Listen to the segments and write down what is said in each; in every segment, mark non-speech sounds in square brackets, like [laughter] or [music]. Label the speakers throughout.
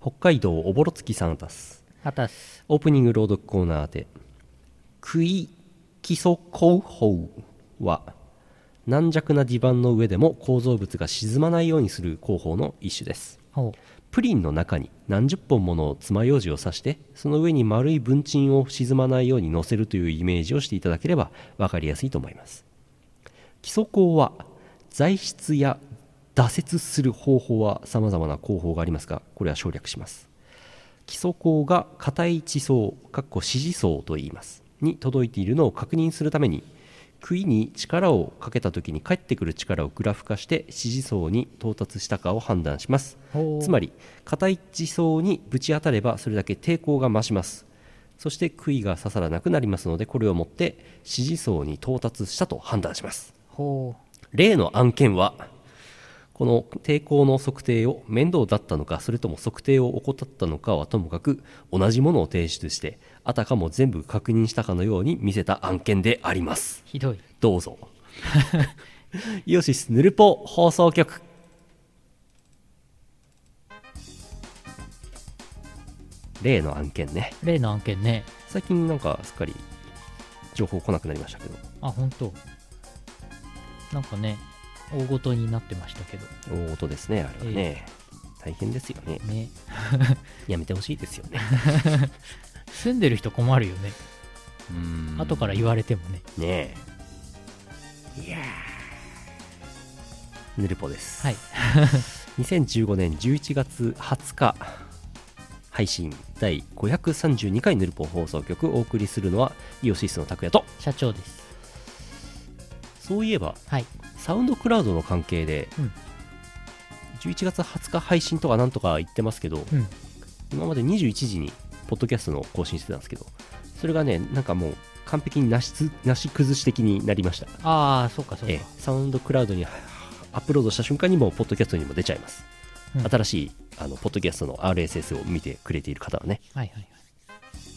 Speaker 1: 北海道おぼろつきさんあたす
Speaker 2: あたす。
Speaker 1: オープニング朗読コーナーで「クイ基礎工法」は軟弱な地盤の上でも構造物が沈まないようにする工法の一種です
Speaker 2: ほ
Speaker 1: プリンの中に何十本もの爪楊枝を刺してその上に丸い文鎮を沈まないように乗せるというイメージをしていただければ分かりやすいと思います基礎工は材質や挫折する方法は様々な工法がありますがこれは省略します基礎工が硬い地層かっこ支持層と言いますに届いているのを確認するために杭に力をかけた時に返ってくる力をグラフ化して支持層に到達したかを判断します
Speaker 2: ほう
Speaker 1: つまり硬い地層にぶち当たればそれだけ抵抗が増しますそして杭が刺さらなくなりますのでこれをもって支持層に到達したと判断します
Speaker 2: う。ほ
Speaker 1: 例の案件はこの抵抗の測定を面倒だったのかそれとも測定を怠ったのかはともかく同じものを提出してあたかも全部確認したかのように見せた案件であります
Speaker 2: う。ひどい。
Speaker 1: どうぞ [laughs] イオシスヌルポ放送局例の案件ね
Speaker 2: 例の案件ね。
Speaker 1: 最近なんかすっかり情報来なくなりましたけど
Speaker 2: あ、ほんと。なんかね、大ごとになってましたけど。
Speaker 1: 大音ですねあれはね、大変ですよね
Speaker 2: ね。
Speaker 1: やめてほしいですよね
Speaker 2: 住んでる人困るよね。後から言われてもね。
Speaker 1: ねえいやーヌルポです、
Speaker 2: はい。
Speaker 1: 2015年11月20日配信第532回ヌルポ放送局お送りするのはイオシスの拓也と
Speaker 2: 社長です。
Speaker 1: そういえば
Speaker 2: はい。
Speaker 1: サウンドクラウドの関係で、
Speaker 2: うん
Speaker 1: 11月20日配信とかなんとか言ってますけど、
Speaker 2: うん。
Speaker 1: 今まで21時にポッドキャストの更新してたんですけどそれがねなんかもう完璧になしつなし崩し的になりました
Speaker 2: ああ、そうかそう
Speaker 1: ええ
Speaker 2: か。
Speaker 1: サウンドクラウドにはアップロードした瞬間にもうポッドキャストにも出ちゃいます、
Speaker 2: うん
Speaker 1: 新しいあのポッドキャストの RSS を見てくれている方はね
Speaker 2: はいはいはい。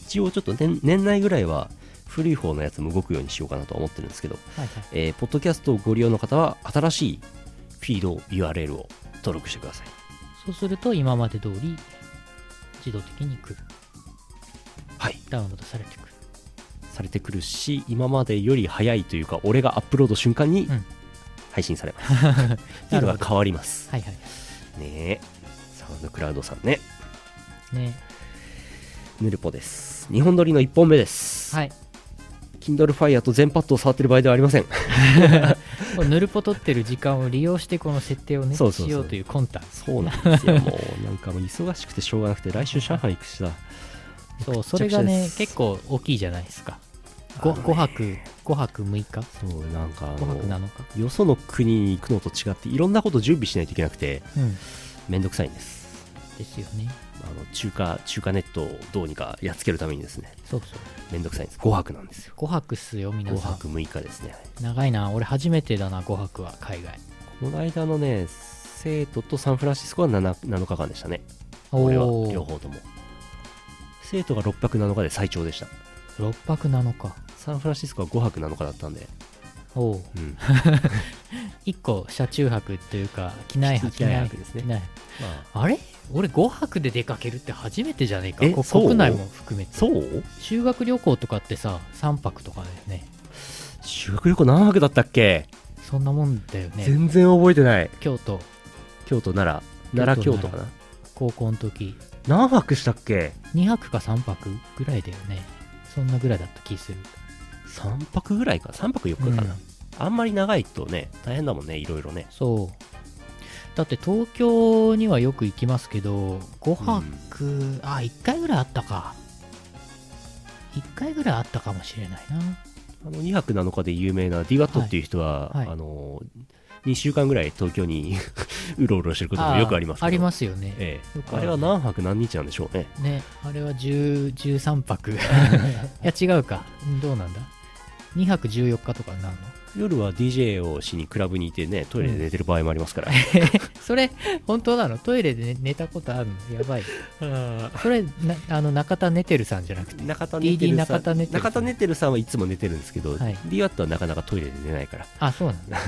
Speaker 1: 一応ちょっと年年内ぐらいは古い方のやつも動くようにしようかなとは思ってるんですけど、
Speaker 2: はいはい。
Speaker 1: えーポッドキャストをご利用の方は新しいフィード URL を登録してください
Speaker 2: そうすると、今まで通り、自動的に来る。
Speaker 1: はい
Speaker 2: ダウンロードされてくる。
Speaker 1: されてくるし今までより早いというか俺がアップロード瞬間に
Speaker 2: うん
Speaker 1: 配信され
Speaker 2: [laughs]
Speaker 1: ます、っていうの
Speaker 2: なるほ
Speaker 1: が
Speaker 2: ど
Speaker 1: 変わります
Speaker 2: はいはい。
Speaker 1: ねえサウンドクラウドさんね
Speaker 2: ね。
Speaker 1: ヌルポです日本撮りの1本目です、
Speaker 2: はい。
Speaker 1: Kindle Fire と全パッドを触ってる場合ではありません
Speaker 2: こうぬるぽ取ってる時間を利用して、この設定をね、
Speaker 1: そうそうそう
Speaker 2: しようという魂胆。
Speaker 1: そうなんですよもうなんかもう忙しくてしょうがなく [laughs] て来週上海行くしだ
Speaker 2: そう、それがね
Speaker 1: めち、ゃくちゃです
Speaker 2: 結構大きいじゃないですか。
Speaker 1: あ
Speaker 2: 5,
Speaker 1: のね
Speaker 2: 泊、5泊6日
Speaker 1: そうなんかあ
Speaker 2: ?5 泊7
Speaker 1: の
Speaker 2: 日
Speaker 1: よその国に行くのと違っていろんなこと準備しないといけなくて
Speaker 2: うん。
Speaker 1: めんどくさいんです
Speaker 2: ですよね。
Speaker 1: あの中華中華ネットをどうにかやっつけるためにですね
Speaker 2: そうそう。
Speaker 1: めんどくさいんです5泊なんですよ
Speaker 2: 5泊っすよ、皆
Speaker 1: 5
Speaker 2: さん。
Speaker 1: 泊6日ですね
Speaker 2: 長いな。俺初めてだな、5泊は、海外。
Speaker 1: この間のね生徒とサンフランシスコは 7, 7日間でしたね
Speaker 2: お
Speaker 1: 俺は両
Speaker 2: ー、
Speaker 1: 方とも生徒が6泊7日で最長でした
Speaker 2: 6泊7日。
Speaker 1: サンフランシスコは5泊7日だったんで、
Speaker 2: お
Speaker 1: [laughs]
Speaker 2: ー。
Speaker 1: うん、
Speaker 2: 1個、車中泊というか、機内泊。
Speaker 1: 機内泊ですね
Speaker 2: 機内泊あれ俺5泊で出かけるって初めてじゃねえか。
Speaker 1: え
Speaker 2: こ
Speaker 1: そう
Speaker 2: 国内も含めて。
Speaker 1: そう
Speaker 2: 修学旅行とかってさ、3泊とかだよね。
Speaker 1: 修学旅行何泊だったっけ、
Speaker 2: そんなもんだよね。
Speaker 1: 全然覚えてない
Speaker 2: 京都、
Speaker 1: 京都奈良奈良京
Speaker 2: 京
Speaker 1: 都
Speaker 2: 都
Speaker 1: かな
Speaker 2: 高校の時、
Speaker 1: 何泊したっけ
Speaker 2: 2泊か3泊ぐらいだよねそんなぐらいだった気する、
Speaker 1: 3泊ぐらいか3泊4日
Speaker 2: う
Speaker 1: か
Speaker 2: ん
Speaker 1: な、あんまり長いとね大変だもんねいろいろね
Speaker 2: そうだって東京にはよく行きますけど5泊、あ1回ぐらいあったか1回ぐらいあったかもしれないな
Speaker 1: あの2泊7日で有名な d ワットっていう人は、
Speaker 2: はいはい
Speaker 1: あの2週間ぐらい東京に [laughs] うろうろしてることもよくありますけど
Speaker 2: ありますよね
Speaker 1: ええ
Speaker 2: よくある
Speaker 1: あれは何泊何日なんでしょうね [laughs]
Speaker 2: ねあれは10 13泊いや違うかうんどうなんだ2泊14日とかになるの
Speaker 1: 夜は DJ をしにクラブにいてねトイレで寝てる場合もあり [laughs] ますから、
Speaker 2: それ本当なのトイレで寝寝たことあるのやばいそれなあの中田寝てるさんじゃなくて
Speaker 1: 中田寝てるさん
Speaker 2: DD 中田寝てるさ
Speaker 1: 中
Speaker 2: ん
Speaker 1: 田寝てるさんはいつも寝てるんですけど、
Speaker 2: はい
Speaker 1: D ワットはなかなかトイレで寝ない
Speaker 2: [laughs]
Speaker 1: から
Speaker 2: あそうなんだ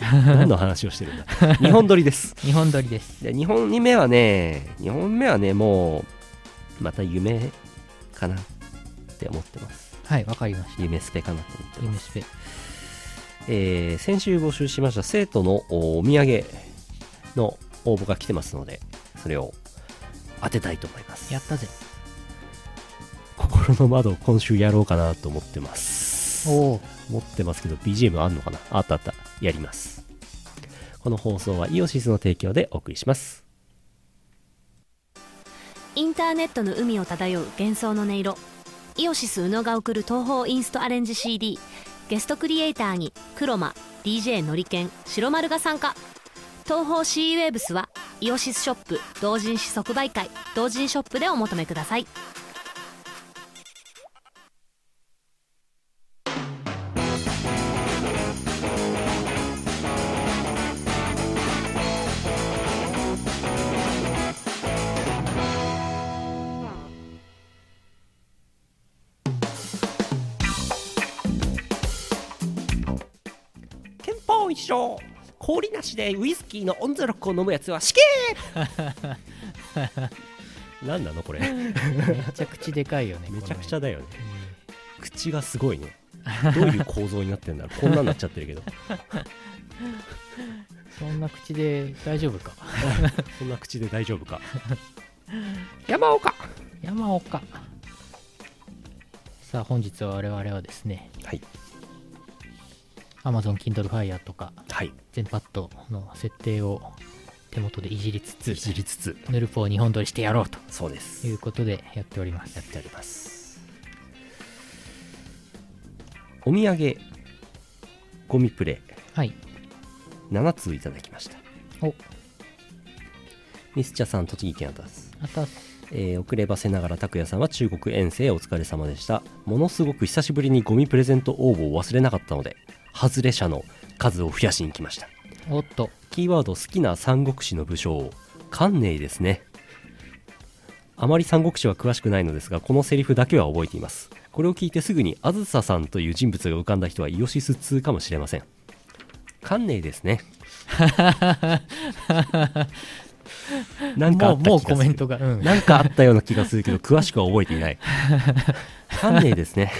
Speaker 1: 何の話をしてるんだ日本撮り
Speaker 2: [laughs]
Speaker 1: です
Speaker 2: 日本撮りです
Speaker 1: で2本目はね2本目はねもうまた夢かなって思ってます
Speaker 2: はいわかりました
Speaker 1: 夢スペかなと思ってます
Speaker 2: 夢スペ
Speaker 1: えー先週募集しました生徒のおお土産の応募が来てますのでそれを当てたいと思います
Speaker 2: やったぜ
Speaker 1: 心の窓を今週やろうかなと思ってます
Speaker 2: おお
Speaker 1: 持ってますけど BGM あんのかなあったあったやりますこの放送はイオシスの提供でお送りします
Speaker 3: インターネットの海を漂う幻想の音色イオシス宇野が送る東方インストアレンジ CD ゲストクリエイターに黒間 DJ のりけん白丸が参加東方シーウェーブスはイオシスショップ同人誌即売会同人ショップでお求めください
Speaker 1: 憲法一条氷なしでウイスキーのオンザロックを飲むやつは死刑何 [laughs] なのこれ
Speaker 2: めちゃくちゃでかいよね
Speaker 1: [laughs] めちゃくちゃ
Speaker 2: こ
Speaker 1: だよね
Speaker 2: の絵うん
Speaker 1: 口がすごいねどういう構造になってんだろうこんなんなっちゃってるけど [laughs]
Speaker 2: そんな口で大丈夫か
Speaker 1: そんな口で大丈夫か山岡
Speaker 2: 山岡さあ本日は我々はですね
Speaker 1: はい
Speaker 2: Amazon Kindle Fire とか
Speaker 1: はい
Speaker 2: 全パッドの設定を手元でいじりつつ
Speaker 1: いじりつつ
Speaker 2: ヌルポを日本撮りしてやろうと
Speaker 1: そうです
Speaker 2: いうことでやっております
Speaker 1: やっておりますお土産ゴミプレ
Speaker 2: はい
Speaker 1: 7通いただきました
Speaker 2: お
Speaker 1: ミスチャさん栃木県あたす
Speaker 2: あた
Speaker 1: えー遅ればせながら拓也さんは中国遠征お疲れ様でしたものすごく久しぶりにゴミプレゼント応募を忘れなかったので外れ者の数を増やしに来ました
Speaker 2: おっと
Speaker 1: キーワード好きな三国志の武将関寧ですねあまり三国志は詳しくないのですがこのセリフだけは覚えていますこれを聞いてすぐにあずささんという人物が浮かんだ人はイオシス2かもしれません関寧ですねなんかあ
Speaker 2: も
Speaker 1: った気が
Speaker 2: うもう
Speaker 1: す
Speaker 2: コ
Speaker 1: る
Speaker 2: メントがうん
Speaker 1: なんかあったような気がするけど、詳しくは覚えていない。関連ですね。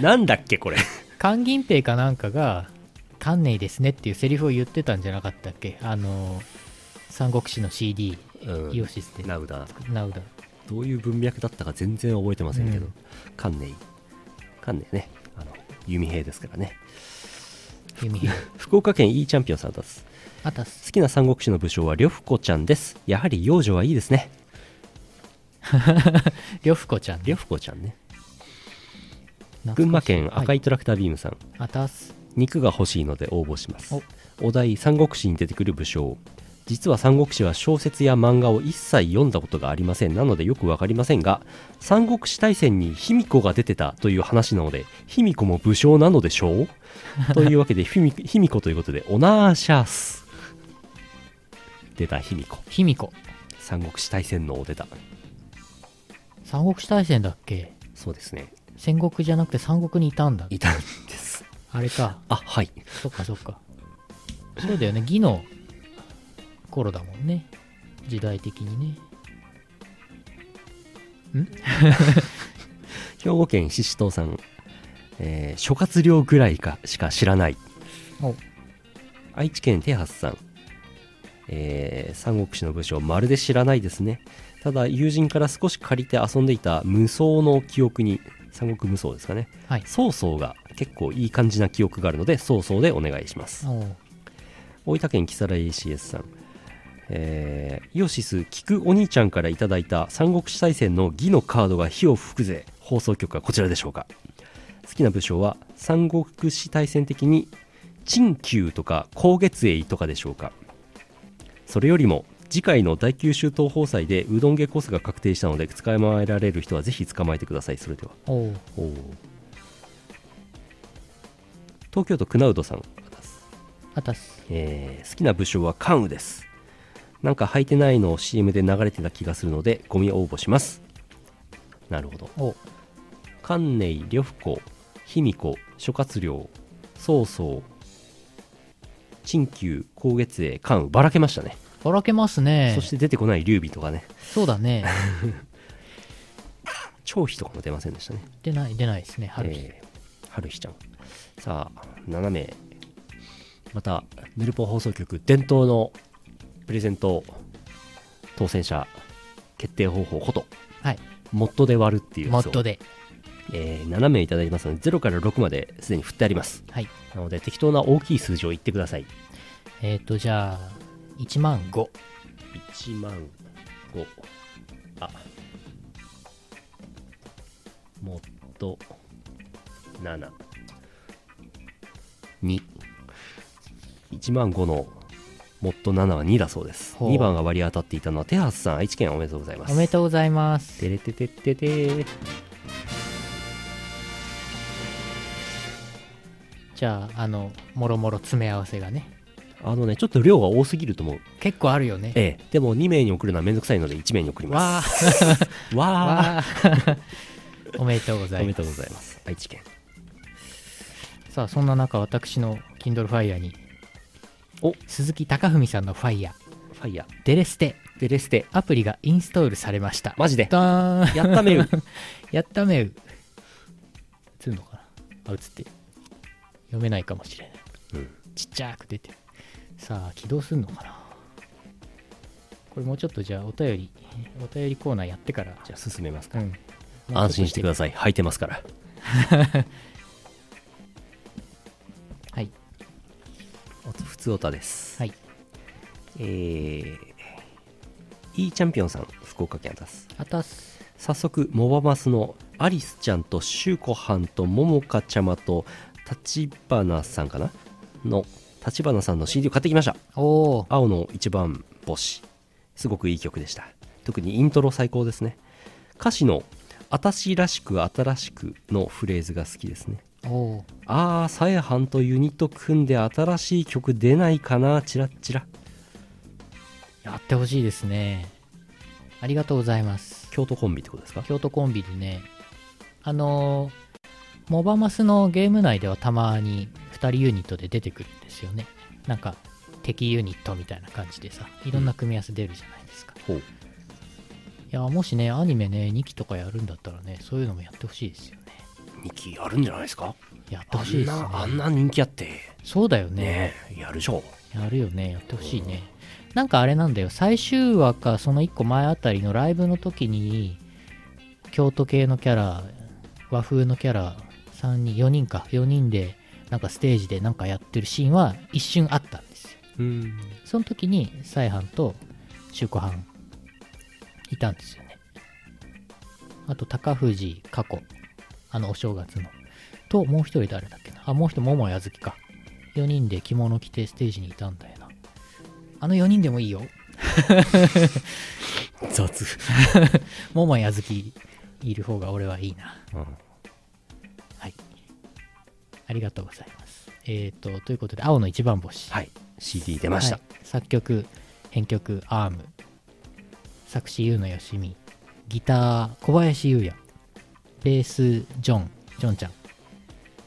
Speaker 1: なんだっけ、こ
Speaker 2: [laughs]
Speaker 1: れ。
Speaker 2: 関銀平かなんかが「関内ですね」っていうセリフを言ってたんじゃなかったっけあの三国志の CD
Speaker 1: うん
Speaker 2: イオシスで
Speaker 1: ナウだ。
Speaker 2: ナウダ
Speaker 1: どういう文脈だったか全然覚えてませんけど
Speaker 2: うん、
Speaker 1: 関連。関連ね。あの、弓兵ですからね。
Speaker 2: 弓
Speaker 1: [laughs]
Speaker 2: 兵
Speaker 1: 福岡県 E チャンピオンさんです。
Speaker 2: あたす
Speaker 1: 好きな三国志の武将は呂布子ちゃんです。やはり幼女はいいですね。
Speaker 2: 呂布子ちゃんね
Speaker 1: 呂布子ちゃんね。群馬県赤
Speaker 2: い、
Speaker 1: いトラクタービームさん。
Speaker 2: あたす
Speaker 1: 肉が欲しいので応募します
Speaker 2: お
Speaker 1: お題「三国志に出てくる武将」実は三国志は小説や漫画を一切読んだことがありませんなのでよくわかりませんが三国志大戦に卑弥呼が出てたという話なので卑弥呼も武将なのでしょうというわけで卑弥卑弥呼ということでオナーシャース出た卑弥呼
Speaker 2: 卑弥呼
Speaker 1: 三国志大戦のお出た
Speaker 2: 三国志大戦だっけ
Speaker 1: そうですね
Speaker 2: 戦国じゃなくて三国にいたんだ
Speaker 1: いたんです
Speaker 2: あれか
Speaker 1: あはい
Speaker 2: そっかそっかそうだよね義の頃だもんね時代的にね
Speaker 1: 兵庫県獅子頭さん、えー諸葛亮ぐらいかしか知らない
Speaker 2: お
Speaker 1: 愛知県手八さん、えー三国志の武将まるで知らないですねただ友人から少し借りて遊んでいた無双の記憶に三国無双ですかね
Speaker 2: はい
Speaker 1: 曹操が結構いい感じな記憶があるので曹操でお願いします
Speaker 2: おう
Speaker 1: 大分県木更井 CS さんえーイオシス聞くお兄ちゃんからいただいた三国志大戦の義のカードが火を吹くぜ放送局はこちらでしょうか好きな武将は三国志大戦的に陳旧とか光月英とかでしょうかそれよりも次回の大九州東宝祭でうどん下コースが確定したので捕まえられる人はぜひ捕まえてくださいそれでは
Speaker 2: おう
Speaker 1: おー東京都クナウドさんあたす
Speaker 2: あたす
Speaker 1: えー好きな武将は関羽ですなんか履いてないのを CM で流れてた気がするのでゴミ応募しますなるほど
Speaker 2: お
Speaker 1: 関内呂布子卑弥呼諸葛亮曹操陳旧光月英関羽ばらけましたね、
Speaker 2: ばらけますね
Speaker 1: そして出てこない劉備とかね
Speaker 2: そうだね
Speaker 1: 張飛とかも出ませんでしたね
Speaker 2: 出ない出ないですね春日、
Speaker 1: えー春日ちゃんさあ7名またヌルポ放送局伝統のプレゼント当選者決定方法こと
Speaker 2: はい
Speaker 1: モッドで割るっていう
Speaker 2: モ
Speaker 1: や
Speaker 2: ッド
Speaker 1: つを、
Speaker 2: で
Speaker 1: えー7名いただきますので0から6まですでに振ってあります
Speaker 2: はい
Speaker 1: なので適当な大きい数字を言ってください
Speaker 2: えっ、ー、とじゃあ1万5
Speaker 1: 1万5あもっと721万5のもっと7は2だそうです
Speaker 2: ほう
Speaker 1: 2番が割り当たっていたのはテハスさん愛知県おめでとうございます
Speaker 2: おめでとうございます
Speaker 1: てれててっててー
Speaker 2: じゃああのもろもろ詰め合わせがね
Speaker 1: あのねちょっと量が多すぎると思う
Speaker 2: 結構あるよね
Speaker 1: ええでも2名に送るのはめんどくさいので1名に送りま
Speaker 2: わ
Speaker 1: すわ
Speaker 2: あ
Speaker 1: [laughs] あ
Speaker 2: わあ [laughs] おめでとうござ
Speaker 1: お
Speaker 2: い
Speaker 1: めで
Speaker 2: ま
Speaker 1: と
Speaker 2: す
Speaker 1: うございます愛知県
Speaker 2: さあそんな中私の Kindle Fire に
Speaker 1: おフ
Speaker 2: 鈴木貴文さんの Fire
Speaker 1: ァイヤ
Speaker 2: デレステ
Speaker 1: ーデレステ
Speaker 2: アプリがインストールされました [laughs]
Speaker 1: マジで
Speaker 2: ドーン
Speaker 1: やっためる
Speaker 2: やっためう映るのかなあ映ってる読めないかもしれない
Speaker 1: うん
Speaker 2: ちっちゃく出てるさあ起動するのかなこれもうちょっとじゃあお便りお便りコーナーやってから
Speaker 1: じゃあ進めます
Speaker 2: う
Speaker 1: か、
Speaker 2: ん
Speaker 1: 安心してください履いてますから
Speaker 2: はい
Speaker 1: おつ普通おたです、
Speaker 2: はい
Speaker 1: えー、いいチャンピオンさん福岡県です
Speaker 2: あたす
Speaker 1: 早速モバマスのアリスちゃんとシュウコはんとももかちゃまと立花さんかなの立花さんの CD を買ってきました
Speaker 2: おー
Speaker 1: 青の一番星すごくいい曲でした特にイントロ最高ですね歌詞の「私らしく新しく」のフレーズが好きですね
Speaker 2: おー
Speaker 1: あーさえはんとユニット組んで新しい曲出ないかなチラッチラ
Speaker 2: やってほしいですねありがとうございます
Speaker 1: 京都コンビってことですか
Speaker 2: 京都コンビでねあのーモバマスのゲーム内ではたまに2人ユニットで出てくるんですよねなんか敵ユニットみたいな感じでさいろんな組み合わせ出るじゃないですか、
Speaker 1: ほう
Speaker 2: いやもしねアニメね2期とかやるんだったらねそういうのもやってほしいですよね
Speaker 1: 人気あるんじゃないですか
Speaker 2: やって
Speaker 1: あ
Speaker 2: ほしい
Speaker 1: ん
Speaker 2: ですね
Speaker 1: なあんな人気あって
Speaker 2: そうだよね
Speaker 1: ねえやるでしょ
Speaker 2: やるよねやってほしいねなんかあれなんだよ最終話かその1個前あたりのライブの時に京都系のキャラ和風のキャラ3人4人か4人でなんかステージでなんかやってるシーンは一瞬あったんですよ
Speaker 1: うん
Speaker 2: その時にサイハンと周子ハンいたんですよねあと高藤過去あのお正月のともう一人誰だっけなあもう一人桃井あずきか4人で着物着てステージにいたんだよなあの4人でもいいよ
Speaker 1: 雑、
Speaker 2: 桃井あずきいる方が俺はいいな
Speaker 1: うん、
Speaker 2: はいありがとうございますえっ、とということで青の一番星
Speaker 1: はい CD 出ました、
Speaker 2: はい作曲編曲アーム作詞優のよしみギター小林優也ベースジョンジョンちゃん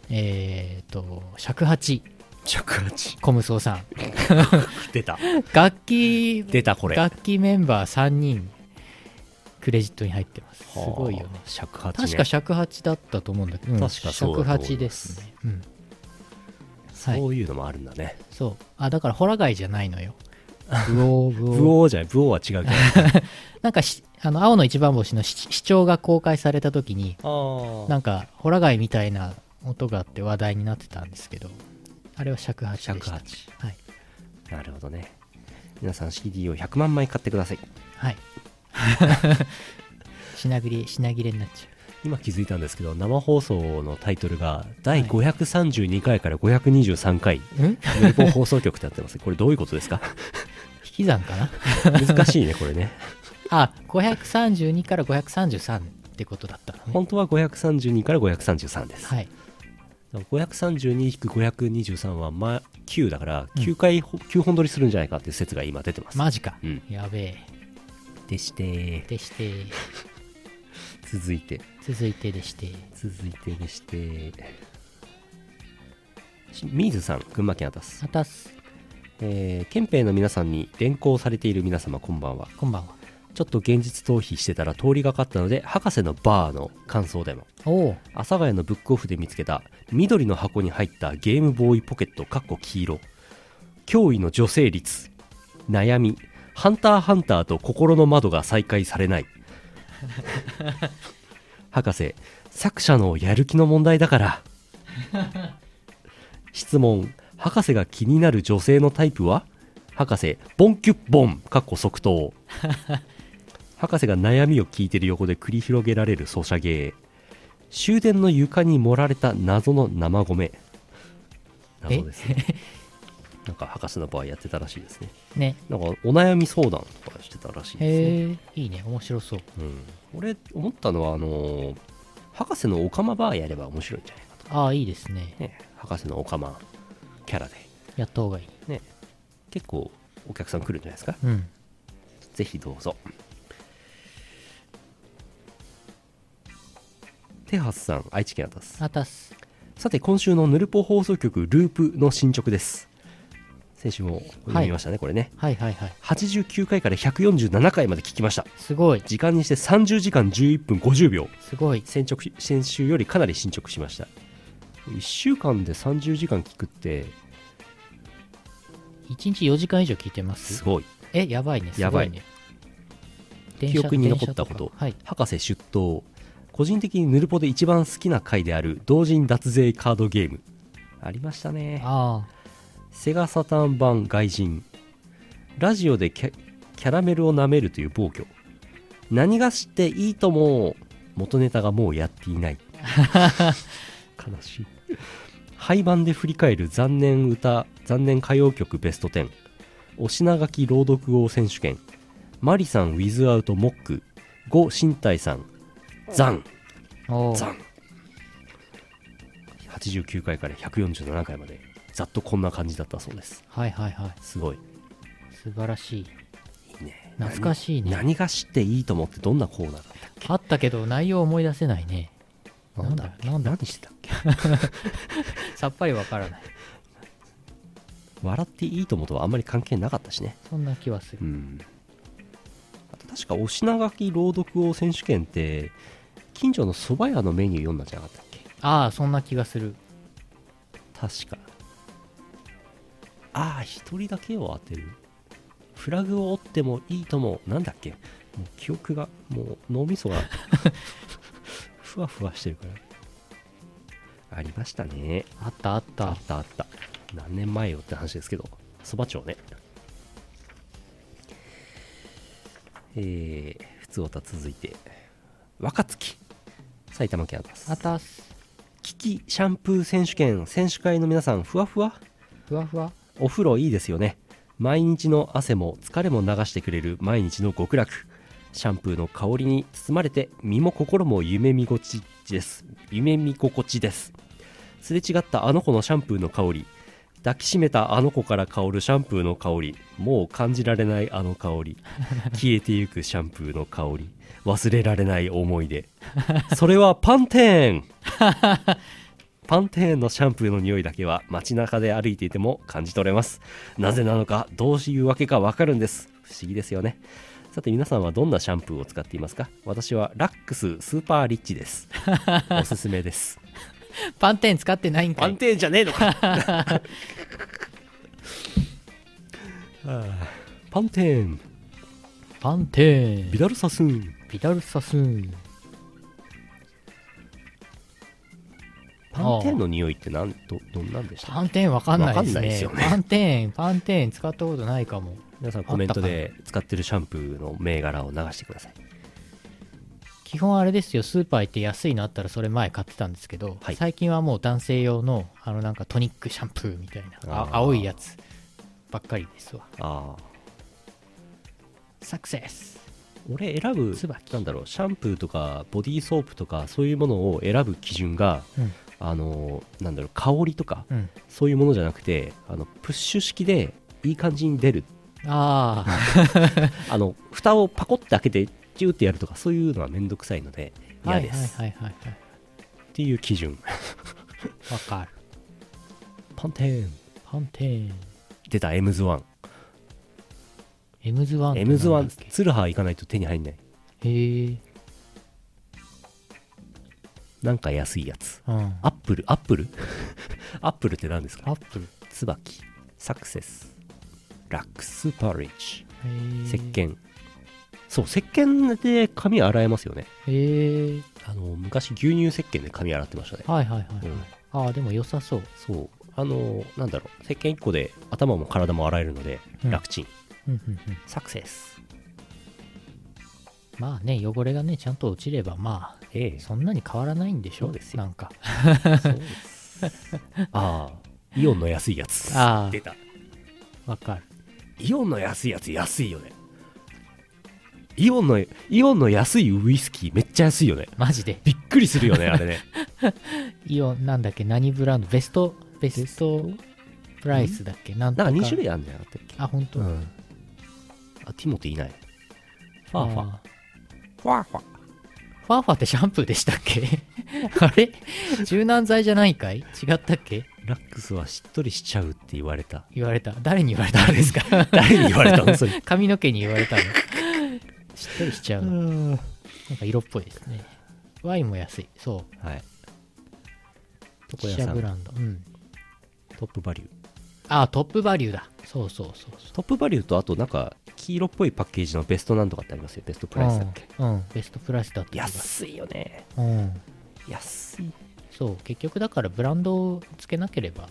Speaker 2: えーと尺八
Speaker 1: 尺八
Speaker 2: コムソウ
Speaker 1: [laughs]
Speaker 2: さん
Speaker 1: 出た
Speaker 2: 楽器
Speaker 1: 出たこれ
Speaker 2: 楽器メンバー3人クレジットに入ってますすごいよね
Speaker 1: はあ尺八ね
Speaker 2: 確か尺八だったと思うんだけど、うん
Speaker 1: 確かそうだと思
Speaker 2: 尺
Speaker 1: います
Speaker 2: 八ですねうんはい
Speaker 1: そういうのもあるんだね
Speaker 2: そうあだからホラガイじゃな
Speaker 1: [laughs]
Speaker 2: いのよブオーブオー
Speaker 1: ブオーじゃないブオーは違うけど
Speaker 2: なんかし、あの、青の一番星の視視聴が公開された時に、
Speaker 1: あ
Speaker 2: なんか、ホラ貝みたいな音があって話題になってたんですけど、あれは尺八でした。
Speaker 1: 尺八
Speaker 2: はい。
Speaker 1: なるほどね皆さん CD を100万枚買ってください
Speaker 2: はい。 [laughs] 品切れ、品切れになっちゃ
Speaker 1: 今気づいたんですけど生放送のタイトルが第532回から523回、
Speaker 2: う。ん引
Speaker 1: ヌルポ放送局ってやってますこれどういうことです [laughs] か
Speaker 2: き算かな
Speaker 1: 難しいねこれね
Speaker 2: あ、532から533ってことだったのね。
Speaker 1: 本当は532から533です、
Speaker 2: はい。
Speaker 1: だから532-523は、まあ、9だから9回、9本撮りするんじゃないかっていう説が今出てます、
Speaker 2: マジか。
Speaker 1: うん
Speaker 2: やべえ。
Speaker 1: でして
Speaker 2: でして、
Speaker 1: 続いて
Speaker 2: 続いてでして。
Speaker 1: 続いてでしてしミーズさん群馬県あたす
Speaker 2: またす、
Speaker 1: えー、憲兵の皆さんに連行されている皆様こんばんは
Speaker 2: こんばんは。
Speaker 1: ちょっと現実逃避してたら通りがかったので博士のバーの感想でも
Speaker 2: おお、
Speaker 1: 阿佐ヶ谷のブックオフで見つけた緑の箱に入ったゲームボーイポケットかっこ黄色驚異の女性率悩みハンター×ハンターと心の窓が再開されない [laughs] 博士作者のやる気の問題だから質問博士が気になる女性のタイプは博士ボンキュッボンかっこ即答博士が悩みを聞いてる横で繰り広げられるソシャゲー終電の床に盛られた謎の生米謎ですねなんか博士の場合やってたらしいですね
Speaker 2: ね。
Speaker 1: なんかお悩み相談とかしてたらしいですね、
Speaker 2: へえ、いいね。面白そう。
Speaker 1: うん、俺思ったのはあのー博士のオカマバーやれば面白いんじゃないか
Speaker 2: ああ、いいですね。
Speaker 1: とね博士のオカマキャラで
Speaker 2: やった方がいい。
Speaker 1: ね結構お客さん来るんじゃないですか
Speaker 2: うん。
Speaker 1: ぜひどうぞテハスさん愛知県あたす
Speaker 2: またす。
Speaker 1: さて今週のヌルポ放送局ループの進捗です先週も読みましたね、これね
Speaker 2: はいはいはい。
Speaker 1: 89回から147回まで聞きました
Speaker 2: すごい。
Speaker 1: 時間にして30時間11分50秒
Speaker 2: すごい。
Speaker 1: 先直し先週よりかなり進捗しました1週間で30時間聞くって
Speaker 2: 1日4時間以上聞いてますす。
Speaker 1: ごい
Speaker 2: え、やばいね。すごいね。電車
Speaker 1: 記憶に残ったこと
Speaker 2: 電車かはい。
Speaker 1: 博士出頭個人的にヌルポで一番好きな回である同人脱税カードゲームありましたね
Speaker 2: あ
Speaker 1: セガサターン版外人ラジオでキャキャラメルを舐めるという暴挙何が知っていいとも元ネタがもうやっていない悲しい廃盤で振り返る残念歌残念歌謡曲ベスト10お品書き朗読王選手権マリさんウィズアウトモックゴ・新体さんザン
Speaker 2: あ。おお。
Speaker 1: ザン89回から147回までざっとこんな感じだったそうです
Speaker 2: はいはいは
Speaker 1: すごい
Speaker 2: い。素晴らしい。
Speaker 1: いいね
Speaker 2: 懐かしいね
Speaker 1: 何何が知っていいと思ってどんなコーナーだったっ
Speaker 2: あったけど、内容思い出せないね。
Speaker 1: け
Speaker 2: なんだ
Speaker 1: っけ
Speaker 2: なんだ
Speaker 1: 何してたっけ
Speaker 2: さっぱりわからない。
Speaker 1: 笑っていいと思とはあんまり関係なかったしね
Speaker 2: そんな気はす
Speaker 1: う
Speaker 2: る。
Speaker 1: んあと確かお品書き朗読王選手権って近所の蕎麦屋のメニュー読んだんじゃなかったっけ
Speaker 2: ああ、そんな気がする。
Speaker 1: 確かああ一人だけを当てるフラグを折ってもいいともなんだっけもう記憶がもう脳みそ
Speaker 2: [laughs]
Speaker 1: がふわふわしてるからありましたね
Speaker 2: あったあ
Speaker 1: あ
Speaker 2: った
Speaker 1: っ。たあった何年前よって話ですけどそば町ねえー、ふつおた続いて若槻埼玉県です
Speaker 2: あたす。
Speaker 1: キキシャンプー選手権選手会の皆さんふわふわ
Speaker 2: ふわふわ。
Speaker 1: お風呂いいですよね毎日の汗も疲れも流してくれる毎日の極楽シャンプーの香りに包まれて身も心も夢見心地です夢見心地ですすれ違ったあの子のシャンプーの香り抱きしめたあの子から香るシャンプーの香りもう感じられないあの香り消えてゆくシャンプーの香り忘れられない思い出それはパンテーンパンテーンのシャンプーの匂いだけは街中で歩いていても感じ取れますなぜなのかどういうわけかわかるんです不思議ですよねさて皆さんはどんなシャンプーを使っていますか私はラックススーパーリッチです [laughs] おすすめです
Speaker 2: パンテーン使ってないんか
Speaker 1: パン
Speaker 2: い。
Speaker 1: テーンじゃねえのか [laughs] パンテーン
Speaker 2: パンテーン
Speaker 1: ビ。ダルサスーン
Speaker 2: ビダルサスーン。
Speaker 1: パンテーンの匂いってなんどどんなんでした
Speaker 2: パンテーンわかんないで
Speaker 1: わか
Speaker 2: す
Speaker 1: んないです
Speaker 2: ね
Speaker 1: よね
Speaker 2: パンテーン、パンテーン使ったことないかも。
Speaker 1: 皆さんコメントで使ってるシャンプーの銘柄を流してください
Speaker 2: 基本あれですよ、スーパー行って安いのあったらそれ前買ってたんですけど、
Speaker 1: はい
Speaker 2: 最近はもう男性用の、あのなんかトニックシャンプーみたいな、あ
Speaker 1: あー
Speaker 2: 青いやつばっかりですわ。
Speaker 1: ああ
Speaker 2: サクセス
Speaker 1: 俺選ぶ
Speaker 2: 椿
Speaker 1: なんだろうシャンプーとかボディーソープとかそういうものを選ぶ基準が
Speaker 2: うん
Speaker 1: あのなんだろう香りとか
Speaker 2: うん。
Speaker 1: そういうものじゃなくてあのプッシュ式でいい感じに出る
Speaker 2: ああ、
Speaker 1: あの蓋をパコって開けてチューってやるとかそういうのはめんどくさいので [laughs] 嫌です、
Speaker 2: はいはいはいはい、は
Speaker 1: っていう基準
Speaker 2: い。わかる。
Speaker 1: パンテーン
Speaker 2: パンテーン。
Speaker 1: 出たエムズワン
Speaker 2: エムズワン
Speaker 1: エムズワン
Speaker 2: へ
Speaker 1: ツルハ行かないと手に入んない
Speaker 2: え。
Speaker 1: なんか安いやつ
Speaker 2: うん。
Speaker 1: アップルアップル [laughs] アップルって何ですか
Speaker 2: アップル。
Speaker 1: 椿サクセスラックスパリッジ
Speaker 2: へえ。
Speaker 1: 石。鹸そう石鹸で髪洗えますよね
Speaker 2: へえ。
Speaker 1: あの昔牛乳石鹸で髪洗ってましたね
Speaker 2: はいはいはいはい。
Speaker 1: うん
Speaker 2: ああ、でも良さそう。
Speaker 1: そうあのなんだろう石鹸1個で頭も体も洗えるので
Speaker 2: うん
Speaker 1: 楽ちん、
Speaker 2: うんうんうん。
Speaker 1: サクセス
Speaker 2: まあね、汚れがね、ちゃんと落ちれば、まあ、
Speaker 1: え
Speaker 2: [laughs]
Speaker 1: え
Speaker 2: そんなに変わらないんでしょ
Speaker 1: そうですよ
Speaker 2: なんか。
Speaker 1: そうですああイオンの安いやつ
Speaker 2: ああ
Speaker 1: 出た
Speaker 2: わかる。
Speaker 1: イオンの安いやつ安いよねイオンのイオンの安いウイスキーめっちゃ安いよね
Speaker 2: マジで。
Speaker 1: びっくりするよねあれ
Speaker 2: [laughs]
Speaker 1: ね
Speaker 2: イオン、なんだっけ、何ブランドベスト、ベストプライスだっけなんと
Speaker 1: な
Speaker 2: か。
Speaker 1: んか2種類あるんじゃなかったっけ
Speaker 2: あ、本当。
Speaker 1: うんあティモテいないファーファー
Speaker 2: あー
Speaker 1: ファーファー
Speaker 2: ファーファーってシャンプーでしたっけあれ柔軟剤じゃないかい違ったっけ
Speaker 1: ラックスはしっとりしちゃうって言われた [laughs]
Speaker 2: 言われた。誰に言われたんですか
Speaker 1: 誰に言われたのそれ
Speaker 2: 髪の毛に言われたの。しっとりしちゃうの。なんか色っぽいですね。ワインも安い。そう。
Speaker 1: はい床
Speaker 2: 自
Speaker 1: 屋
Speaker 2: 社
Speaker 1: さ
Speaker 2: ブ
Speaker 1: ん
Speaker 2: ランド。うん。
Speaker 1: トップバリュー
Speaker 2: あ、トップバリューだ。そうそうそうそう。
Speaker 1: トップバリューとあとなんか黄色っぽいパッケージのベストなんとかってありますよベストプライスだっけ、
Speaker 2: うん、うんベストプライスだった気がす
Speaker 1: 安いよね
Speaker 2: るうん
Speaker 1: 安い
Speaker 2: そう結局だからブランドをつけなければ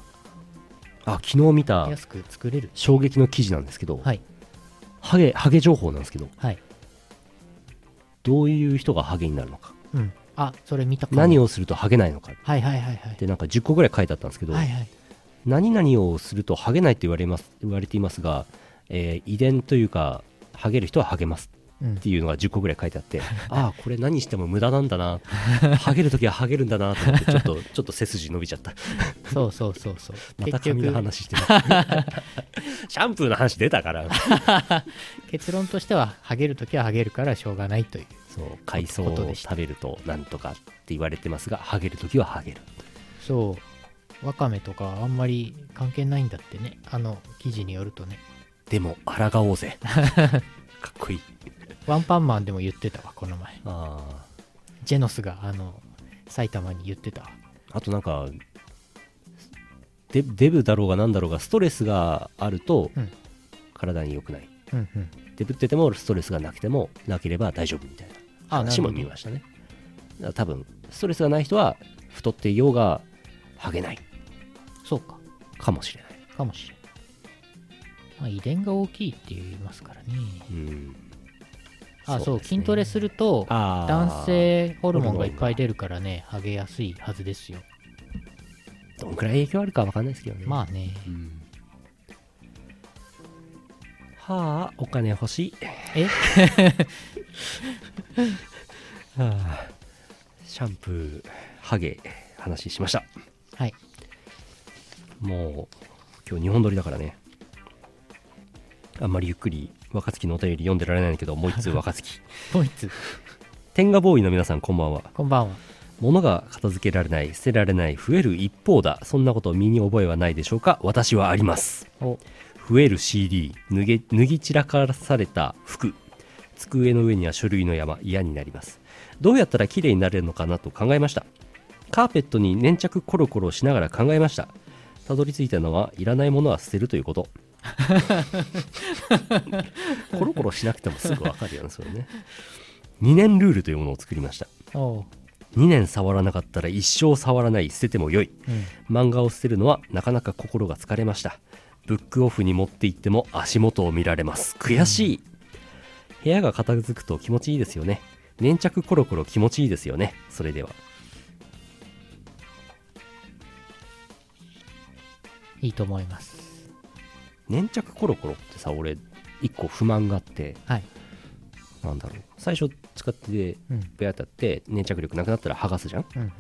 Speaker 1: あ昨日見た
Speaker 2: 安く作れる
Speaker 1: 衝撃の記事なんですけど、
Speaker 2: はい
Speaker 1: ハゲハゲ情報なんですけど
Speaker 2: はい
Speaker 1: どういう人がハゲになるのか
Speaker 2: うんあそれ見たかも
Speaker 1: 何をするとハゲないのかっ
Speaker 2: はいはいはいはい
Speaker 1: てなんか10個ぐらい書いてあったんですけど、
Speaker 2: はいはい
Speaker 1: 何々をするとハゲないって言われます言われていますが、えー遺伝というかハゲる人はハゲます
Speaker 2: うん
Speaker 1: っていうのが10個ぐらい書いてあって
Speaker 2: [laughs]
Speaker 1: ああこれ何しても無駄なんだなハゲるときはハゲるんだなと思ってちょっ
Speaker 2: [laughs]
Speaker 1: とちょっと背筋伸びちゃった
Speaker 2: そうそうそうそう
Speaker 1: [laughs] また
Speaker 2: 結
Speaker 1: 髪の
Speaker 2: 局
Speaker 1: 話
Speaker 2: [laughs]
Speaker 1: してるシャンプーの話出たから
Speaker 2: 結論としてはハゲるときはハゲるからしょうがないという [laughs]
Speaker 1: そう海藻を食べるとなんとかって言われてますがハゲるときはハゲる
Speaker 2: そうわかめとかあんまり関係ないんだってねあの記事によるとね
Speaker 1: でも抗おう
Speaker 2: [laughs]
Speaker 1: ぜかっこいい
Speaker 2: ワンパンマンでも言ってたわこの前
Speaker 1: ああ
Speaker 2: ジェノスがあの埼玉に言ってたわ
Speaker 1: あとなんかデデブだろうがなんだろうがストレスがあると
Speaker 2: うん
Speaker 1: 体に良くない、
Speaker 2: うんうん
Speaker 1: デブっててもストレスがなくてもなければ大丈夫みたいな
Speaker 2: あな
Speaker 1: 話
Speaker 2: る
Speaker 1: も
Speaker 2: ほど
Speaker 1: 見ましたねだから多分ストレスがない人は太っていようがハゲない
Speaker 2: そうか
Speaker 1: かもしれない
Speaker 2: かもしれない。まあ、遺伝が大きいって言いますからね。
Speaker 1: うん
Speaker 2: あ、そう、
Speaker 1: ですね
Speaker 2: 筋トレすると、
Speaker 1: あー
Speaker 2: 男性ホルモンがいっぱい出るからね、ハゲやすいはずですよ。
Speaker 1: どんくらい影響あるかわかんないですけどね
Speaker 2: まあね。
Speaker 1: うんはあお金欲しい
Speaker 2: え
Speaker 1: はあシャンプーハゲ話しました
Speaker 2: はい。
Speaker 1: もう今日日本撮りだからねあんまりゆっくり若槻のお便り読んでられないんだけどもう一通若槻 [laughs]
Speaker 2: ポイツ、
Speaker 1: 天下ボーイの皆さんこんばんは
Speaker 2: こんばんは。
Speaker 1: 物が片付けられない捨てられない増える一方だそんなこと身に覚えはないでしょうか私はあります
Speaker 2: お、
Speaker 1: 増える CD 脱げ脱ぎ散らかされた服机の上には書類の山嫌になりますどうやったら綺麗になれるのかなと考えましたカーペットに粘着コロコロしながら考えましたたどり着いたのはいらないものは捨てるということコロコロしなくてもすぐわかるよねそれね2年ルールというものを作りました
Speaker 2: おう、
Speaker 1: 2年触らなかったら一生触らない捨ててもよい
Speaker 2: うん。
Speaker 1: 漫画を捨てるのはなかなか心が疲れましたブックオフに持って行っても足元を見られます悔しい部屋が片付くと気持ちいいですよね粘着コロコロ気持ちいいですよねそれではい
Speaker 2: いと思います。
Speaker 1: 粘着コロコロってさ俺一個不満があって
Speaker 2: はい。
Speaker 1: なんだろう最初使って
Speaker 2: うん、
Speaker 1: ベアってやって粘着力なくなったら剥がすじゃん
Speaker 2: うん、うん。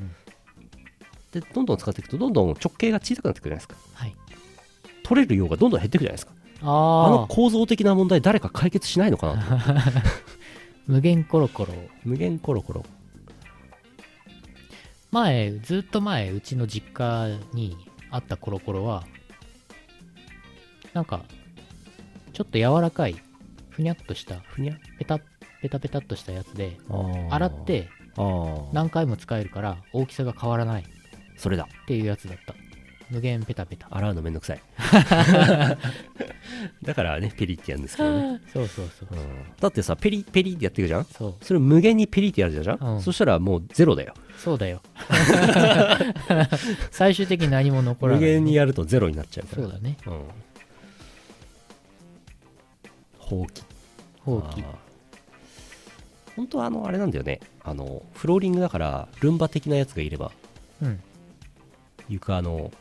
Speaker 1: でどんどん使っていくとどんどん直径が小さくなってくるじゃないですか
Speaker 2: はい。
Speaker 1: 取れる量がどんどん減っていくじゃないですかあの
Speaker 2: ああ、
Speaker 1: 構造的な問題誰か解決しないのかなと
Speaker 2: 無限コロコロ。
Speaker 1: 無限コロコロ
Speaker 2: 前、ずっと前、うちの実家にあったコロコロは、なんか、ちょっと柔らかい、ふにゃっとした、
Speaker 1: ふにゃ
Speaker 2: ペタペタペタっとしたやつで、
Speaker 1: あ
Speaker 2: 洗って
Speaker 1: あー
Speaker 2: 何回も使えるから大きさが変わらないっ
Speaker 1: それだ
Speaker 2: ていうやつだった。無限ペタペタ。
Speaker 1: 洗うのめんどく
Speaker 2: [laughs]
Speaker 1: さいだからねペリってやるんですけどね、
Speaker 2: そうそうそう
Speaker 1: う。んだってさペリペリってやっていくじゃん
Speaker 2: そう。
Speaker 1: それ無限にペリってやるじゃん、
Speaker 2: うん
Speaker 1: そしたらもうゼロだよ
Speaker 2: そうだよ。 [laughs] 最終的に何も残らな
Speaker 1: 無
Speaker 2: い。
Speaker 1: 限にやるとゼロになっちゃうから
Speaker 2: そうだね。
Speaker 1: うんほうき
Speaker 2: ほうき
Speaker 1: あー。本当はあのあれなんだよねあのフローリングだからルンバ的なやつがいれば
Speaker 2: うん。
Speaker 1: 床の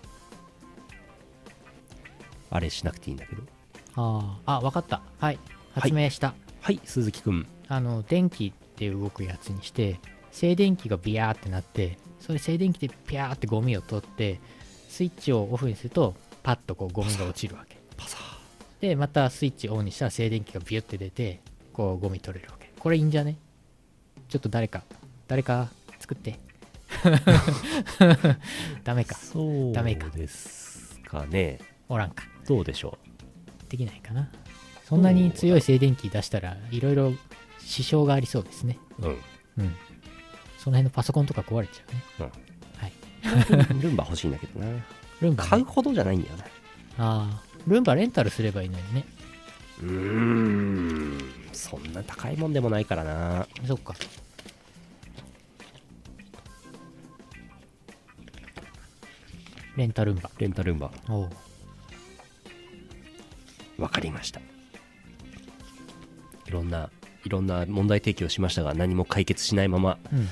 Speaker 1: あれしなくていいんだけど
Speaker 2: ああ、あ、わかった。はい。発明した。
Speaker 1: はい鈴木くん
Speaker 2: あの、電気って動くやつにして、静電気がビヤーってなって、それ静電気でピヤーってゴミを取って、スイッチをオフにすると、パッとこうゴミが落ちるわけ。
Speaker 1: パサー
Speaker 2: で、またスイッチオンにしたら静電気がビュって出て、こうゴミ取れるわけ。これいいんじゃねちょっと誰か、誰か作って。 [laughs] ダメか。
Speaker 1: そう
Speaker 2: ダメか
Speaker 1: ですかね
Speaker 2: おらんか。
Speaker 1: どうでしょ
Speaker 2: できないかな。そんなに強い静電気出したら、いろいろ支障がありそうですね。
Speaker 1: ううん
Speaker 2: うん。その辺のパソコンとか壊れちゃうね。
Speaker 1: ルンバ欲しいんだけどな
Speaker 2: ルンバ、ね、
Speaker 1: 買うほどじゃないんだよね
Speaker 2: ああ。ルンバレンタルすればいいのにね。
Speaker 1: うーんそんな高いもんでもないからな
Speaker 2: そっか。レンタルンバ。
Speaker 1: レンタルンバ
Speaker 2: おう
Speaker 1: わかりましたいろんないろんな問題提起をしましたが何も解決しないまま
Speaker 2: うん。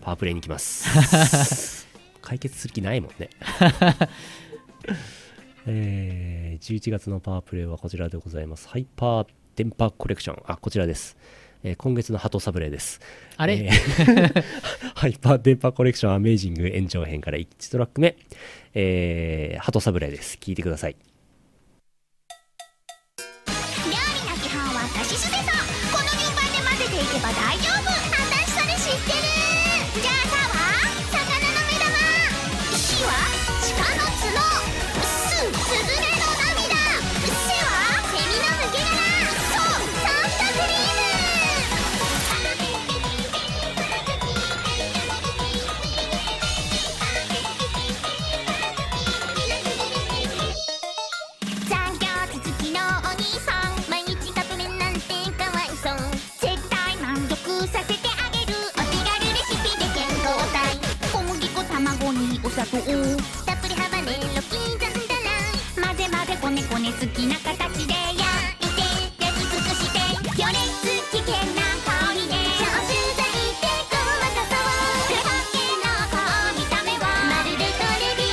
Speaker 1: パワープレイに行きます [laughs] 解決する気ないもんね [laughs] えー11月のパワープレイはこちらでございますハイパーテンパーコレクションあこちらです、えー今月の鳩サブレーです
Speaker 2: あれ、
Speaker 1: えー [laughs] ハイパーデンパーコレクションアメージング延長編から1トラック目、えー、鳩サブレーです聞いてください
Speaker 4: 料理の基本はだしすせそこの順番で混ぜていけば大丈夫私それ知ってるじゃあさは魚の目玉火は鹿の角すスズメの涙背はセミの抜け殻そうサンタクリーム残業続きのお兄さん毎日カップ麺なんてかわいそう絶対満足させてあげるお手軽レシピで健康体小麦粉卵にお砂糖たっぷりハバネロ刻んだら混ぜ混ぜこねこね好きな形で焼いて焼き尽くして余熱危険な香りで消臭剤でごまかそう黒だけの顔見た目はまるでトレビア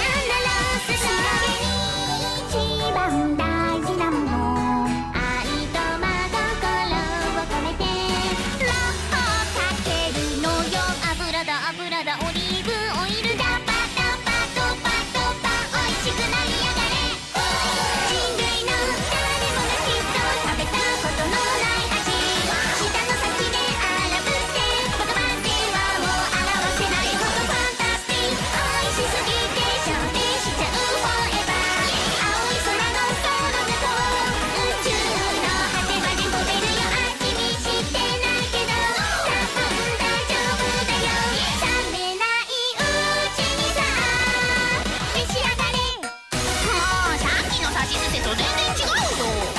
Speaker 4: ンなロース仕上げに一番大事なもの愛と真心を込めて魔法かけるのよ油だ油だオリーブオイルだバタバタバタバタ美味しくなりやがれ人類の誰もがきっと食べたことのない味舌の先で荒ぶって言葉ではもう表せないほどファンタスティック美味しすぎて消費しちゃうフォーエバー青い空のその向こう宇宙の果てまで飛べるよあ君知ってないけど多分大丈夫だよ冷めないうちにさ召し上がれもうさっきの刺し捨てと全然違うよ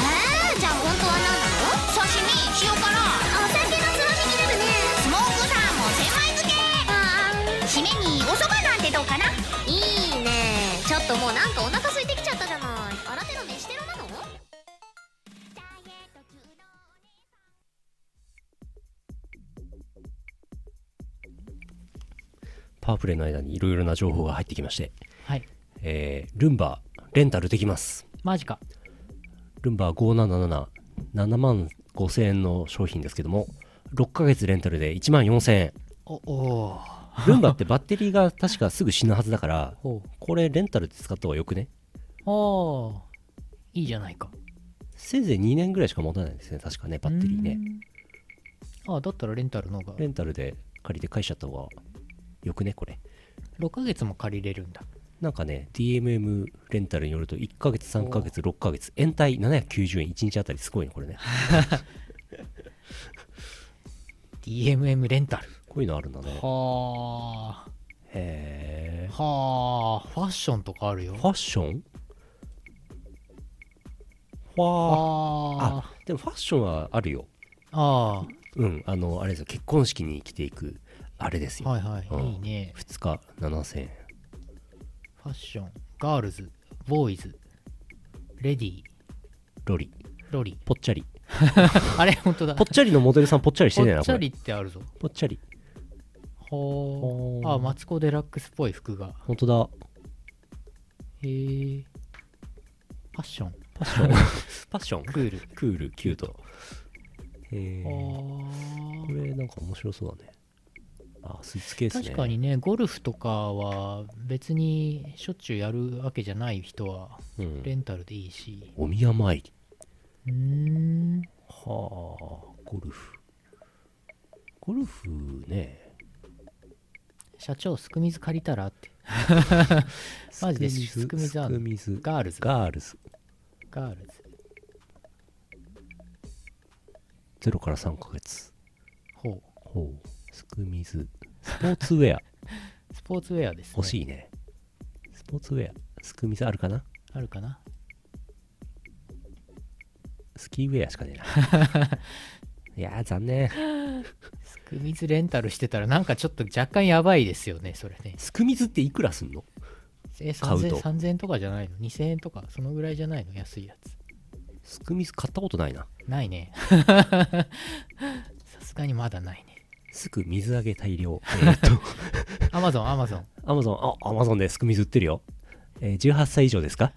Speaker 4: えー、じゃあ本当は何なの刺身塩辛お酒のつまみになるねスモークサーモン千枚漬け締めにお蕎麦なんてどうかないいねちょっともうなんかお腹空いてきちゃったじゃない新手の飯テロなの
Speaker 1: パワープレイの間にいろいろな情報が入ってきまして、
Speaker 2: はい。
Speaker 1: えールンバレンタルできます
Speaker 2: マジか。
Speaker 1: ルンバ5777万5000円の商品ですけども6ヶ月レンタルで1万4000円
Speaker 2: お、おー
Speaker 1: ルンバってバッテリーが確かすぐ死ぬはずだから
Speaker 2: ほう
Speaker 1: これレンタルで使った方がよくね
Speaker 2: ああいいじゃないか
Speaker 1: せいぜい2年ぐらいしか持たないんですね確かねバッテリーね
Speaker 2: うんああだったらレンタルの方が
Speaker 1: レンタルで借りて返しちゃった方がよくねこれ
Speaker 2: 6ヶ月も借りれるんだ
Speaker 1: なんかね DMM レンタルによると1ヶ月3ヶ月6ヶ月延滞790円1日あたりすごいねこれね
Speaker 2: DMM レンタル
Speaker 1: こういうのあるんだね
Speaker 2: はあ
Speaker 1: へえ
Speaker 2: はあファッションとかあるよ
Speaker 1: ファッションわあ
Speaker 2: あ
Speaker 1: あでもファッションはあるよ
Speaker 2: ああ
Speaker 1: うんあのあれですよ結婚式に着ていくあれです
Speaker 2: ー
Speaker 1: よ、
Speaker 2: はいは
Speaker 1: うん
Speaker 2: いいいね
Speaker 1: 2日7000円
Speaker 2: ファッションガールズボーイズレディー
Speaker 1: ロリ
Speaker 2: ロリ
Speaker 1: ぽっ
Speaker 2: [laughs]
Speaker 1: ちゃり
Speaker 2: あれ本当だ
Speaker 1: ぽっちゃりのモデルさんぽっちゃりしてねえ
Speaker 2: ぽ
Speaker 1: な
Speaker 2: っち
Speaker 1: こ
Speaker 2: ゃ
Speaker 1: れ
Speaker 2: りってあるぞ
Speaker 1: ぽっちゃりほ
Speaker 2: ほー
Speaker 1: ー
Speaker 2: あマツコ・デラックスっぽい服が
Speaker 1: 本当だ
Speaker 2: へえパッション
Speaker 1: パッションパッション
Speaker 2: クール
Speaker 1: クールキュートへえこ
Speaker 2: あー
Speaker 1: れなんか面白そうだねあスーツケースね
Speaker 2: 確かにねゴルフとかは別にしょっちゅうやるわけじゃない人は
Speaker 1: うん
Speaker 2: レンタルでいいし
Speaker 1: お宮参り
Speaker 2: うーん
Speaker 1: はあゴルフゴルフね
Speaker 2: 社長すくみず借りたらってマジでスクミズあんの
Speaker 1: スクミズ
Speaker 2: ガールズ
Speaker 1: ガールズ
Speaker 2: ガールズ
Speaker 1: 0から3ヶ月
Speaker 2: ほう
Speaker 1: ほうスクミズスポーツウ
Speaker 2: [laughs]
Speaker 1: ェア
Speaker 2: スポーツウェアですね
Speaker 1: 欲しいねスポーツウェアスクミズあるかな
Speaker 2: あるかな
Speaker 1: スキーウェアしかねえな
Speaker 2: [laughs]
Speaker 1: いやー残念
Speaker 2: スクミズレンタルしてたらなんかちょっと若干やばいですよねそれね
Speaker 1: スクミズっていくらすんの
Speaker 2: え
Speaker 1: 買う
Speaker 2: 3000
Speaker 1: と
Speaker 2: 3000円とかじゃないの2000円とかそのぐらいじゃないの安いやつ
Speaker 1: スクミズ買ったことないな
Speaker 2: ないね [laughs] さすがにまだないね
Speaker 1: すぐ水揚げ大
Speaker 2: [laughs]
Speaker 1: 量えーっと
Speaker 2: アマゾンアマゾン
Speaker 1: アマゾンあアマゾンでスクミズ売ってるよえー18歳以上ですか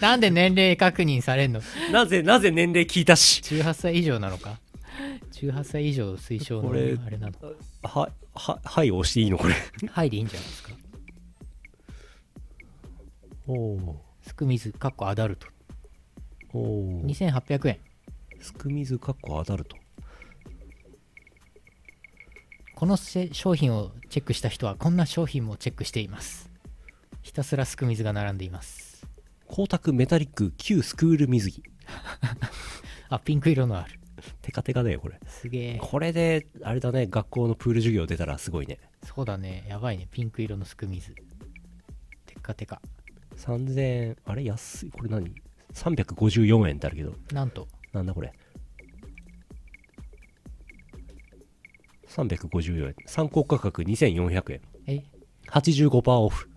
Speaker 2: なんで年齢確認されんの
Speaker 1: なぜなぜ年齢聞いたし
Speaker 2: 18歳以上なのか18歳以上推奨の
Speaker 1: これ
Speaker 2: あれなの
Speaker 1: はははい押していいのこれ
Speaker 2: はいでいいんじゃないですか
Speaker 1: おお
Speaker 2: スクミズかっこアダルト
Speaker 1: おお
Speaker 2: 2800円
Speaker 1: スクミズかっこアダルト
Speaker 2: このせ商品をチェックした人はこんな商品もチェックしていますひたすらすく水が並んでいます
Speaker 1: 光沢メタリック旧スクール水着
Speaker 2: あピンク色のある
Speaker 1: テカテカだよこれ
Speaker 2: すげえ
Speaker 1: これであれだね学校のプール授業出たらすごいね
Speaker 2: そうだねやばいねピンク色のすく水テッカテカ
Speaker 1: 3000円あれ安いこれ何354円ってあるけど
Speaker 2: なんと
Speaker 1: なんだこれ354円参考価格2400円
Speaker 2: え
Speaker 1: 85%オフ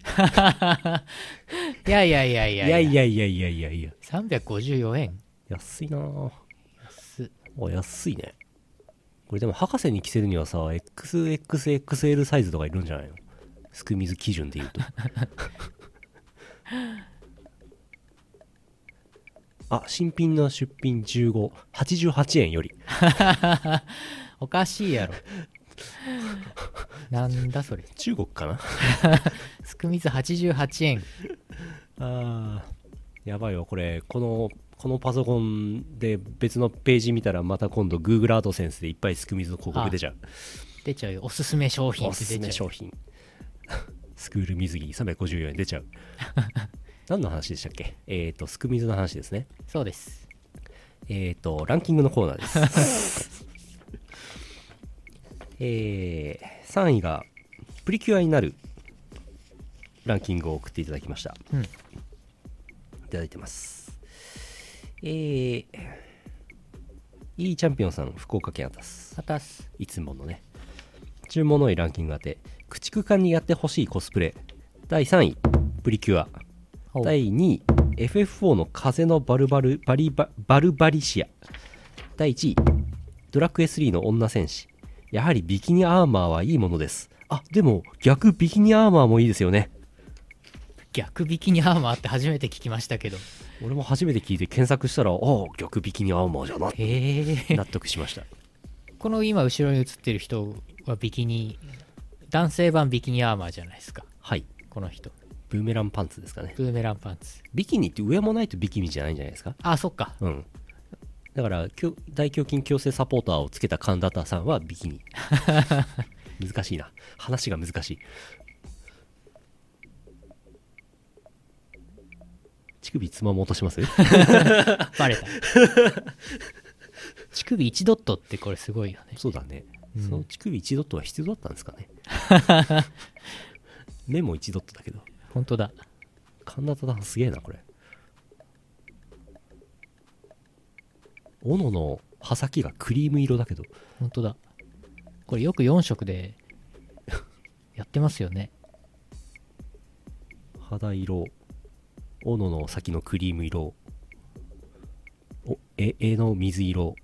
Speaker 2: いやいやいやい
Speaker 1: い
Speaker 2: や
Speaker 1: やいやいやいやいやいや
Speaker 2: 354円
Speaker 1: 安いなぁ
Speaker 2: 安っ
Speaker 1: お安いねこれでも博士に着せるにはさ XXXL サイズとかいるんじゃないのすくみず基準で言うとあ新品の出品1588円より
Speaker 2: おかしい
Speaker 1: [laughs]
Speaker 2: やろなんだそれ
Speaker 1: 中国かな
Speaker 2: すく水88円
Speaker 1: あーやばいよこれこのこのパソコンで別のページ見たらまた今度 Google アートセンスでいっぱいすくみずの広告出ちゃう
Speaker 2: 出ちゃうよおすすめ商品
Speaker 1: お
Speaker 2: っ
Speaker 1: す
Speaker 2: て
Speaker 1: すめ
Speaker 2: 出ちゃう
Speaker 1: 商品 [laughs] スクール水着354円出
Speaker 2: [laughs]
Speaker 1: ちゃう何の話でしたっけえっ、とスク水の話ですね
Speaker 2: そうです
Speaker 1: えっ、とランキングのコーナーです
Speaker 2: [laughs]
Speaker 1: えー、3位がプリキュアになるランキングを送っていただきました
Speaker 2: うん
Speaker 1: いただいてますえー、いいチャンピオンさん福岡県あたす
Speaker 2: 果たす
Speaker 1: いつものね。注文の多いランキング当て、駆逐艦にやってほしいコスプレ。第3位、プリキュア。
Speaker 2: ほう
Speaker 1: 第2位、FF4 の風のバルバル、バリバ、バルバリシア。第1位、ドラクエ3の女戦士。やはりビキニアーマーはいいものです。あ、でも逆ビキニアーマーもいいですよね。
Speaker 2: 逆引きにアーマーって初めて聞きましたけど
Speaker 1: 俺も初めて聞いて検索したら、ああ、逆ビキニアーマーじゃな。
Speaker 2: へえ
Speaker 1: 納得しました。
Speaker 2: この今後ろに映ってる人はビキニ男性版ビキニアーマーじゃないですか
Speaker 1: はい
Speaker 2: この人
Speaker 1: ブーメランパンツですかね
Speaker 2: ブーメランパンツ
Speaker 1: ビキニって上もないとビキニじゃないんじゃないですか
Speaker 2: あそっか
Speaker 1: うんだからきょ大胸筋矯正サポーターをつけた神田田さんはビキニ難しいな話が難しい乳首つまもうとします [laughs]
Speaker 2: バレた乳首1ドットってこれすごいよね
Speaker 1: そうだね、
Speaker 2: うん
Speaker 1: その乳首1ドットは必要だったんですかね目も1ドットだけど
Speaker 2: 本当だ
Speaker 1: 神田忠さんすげえなこれ斧の刃先がクリーム色だけど
Speaker 2: 本当だこれよく4
Speaker 1: [laughs]
Speaker 2: 色でやってますよね
Speaker 1: 肌色斧の先のクリーム色おえ絵の水色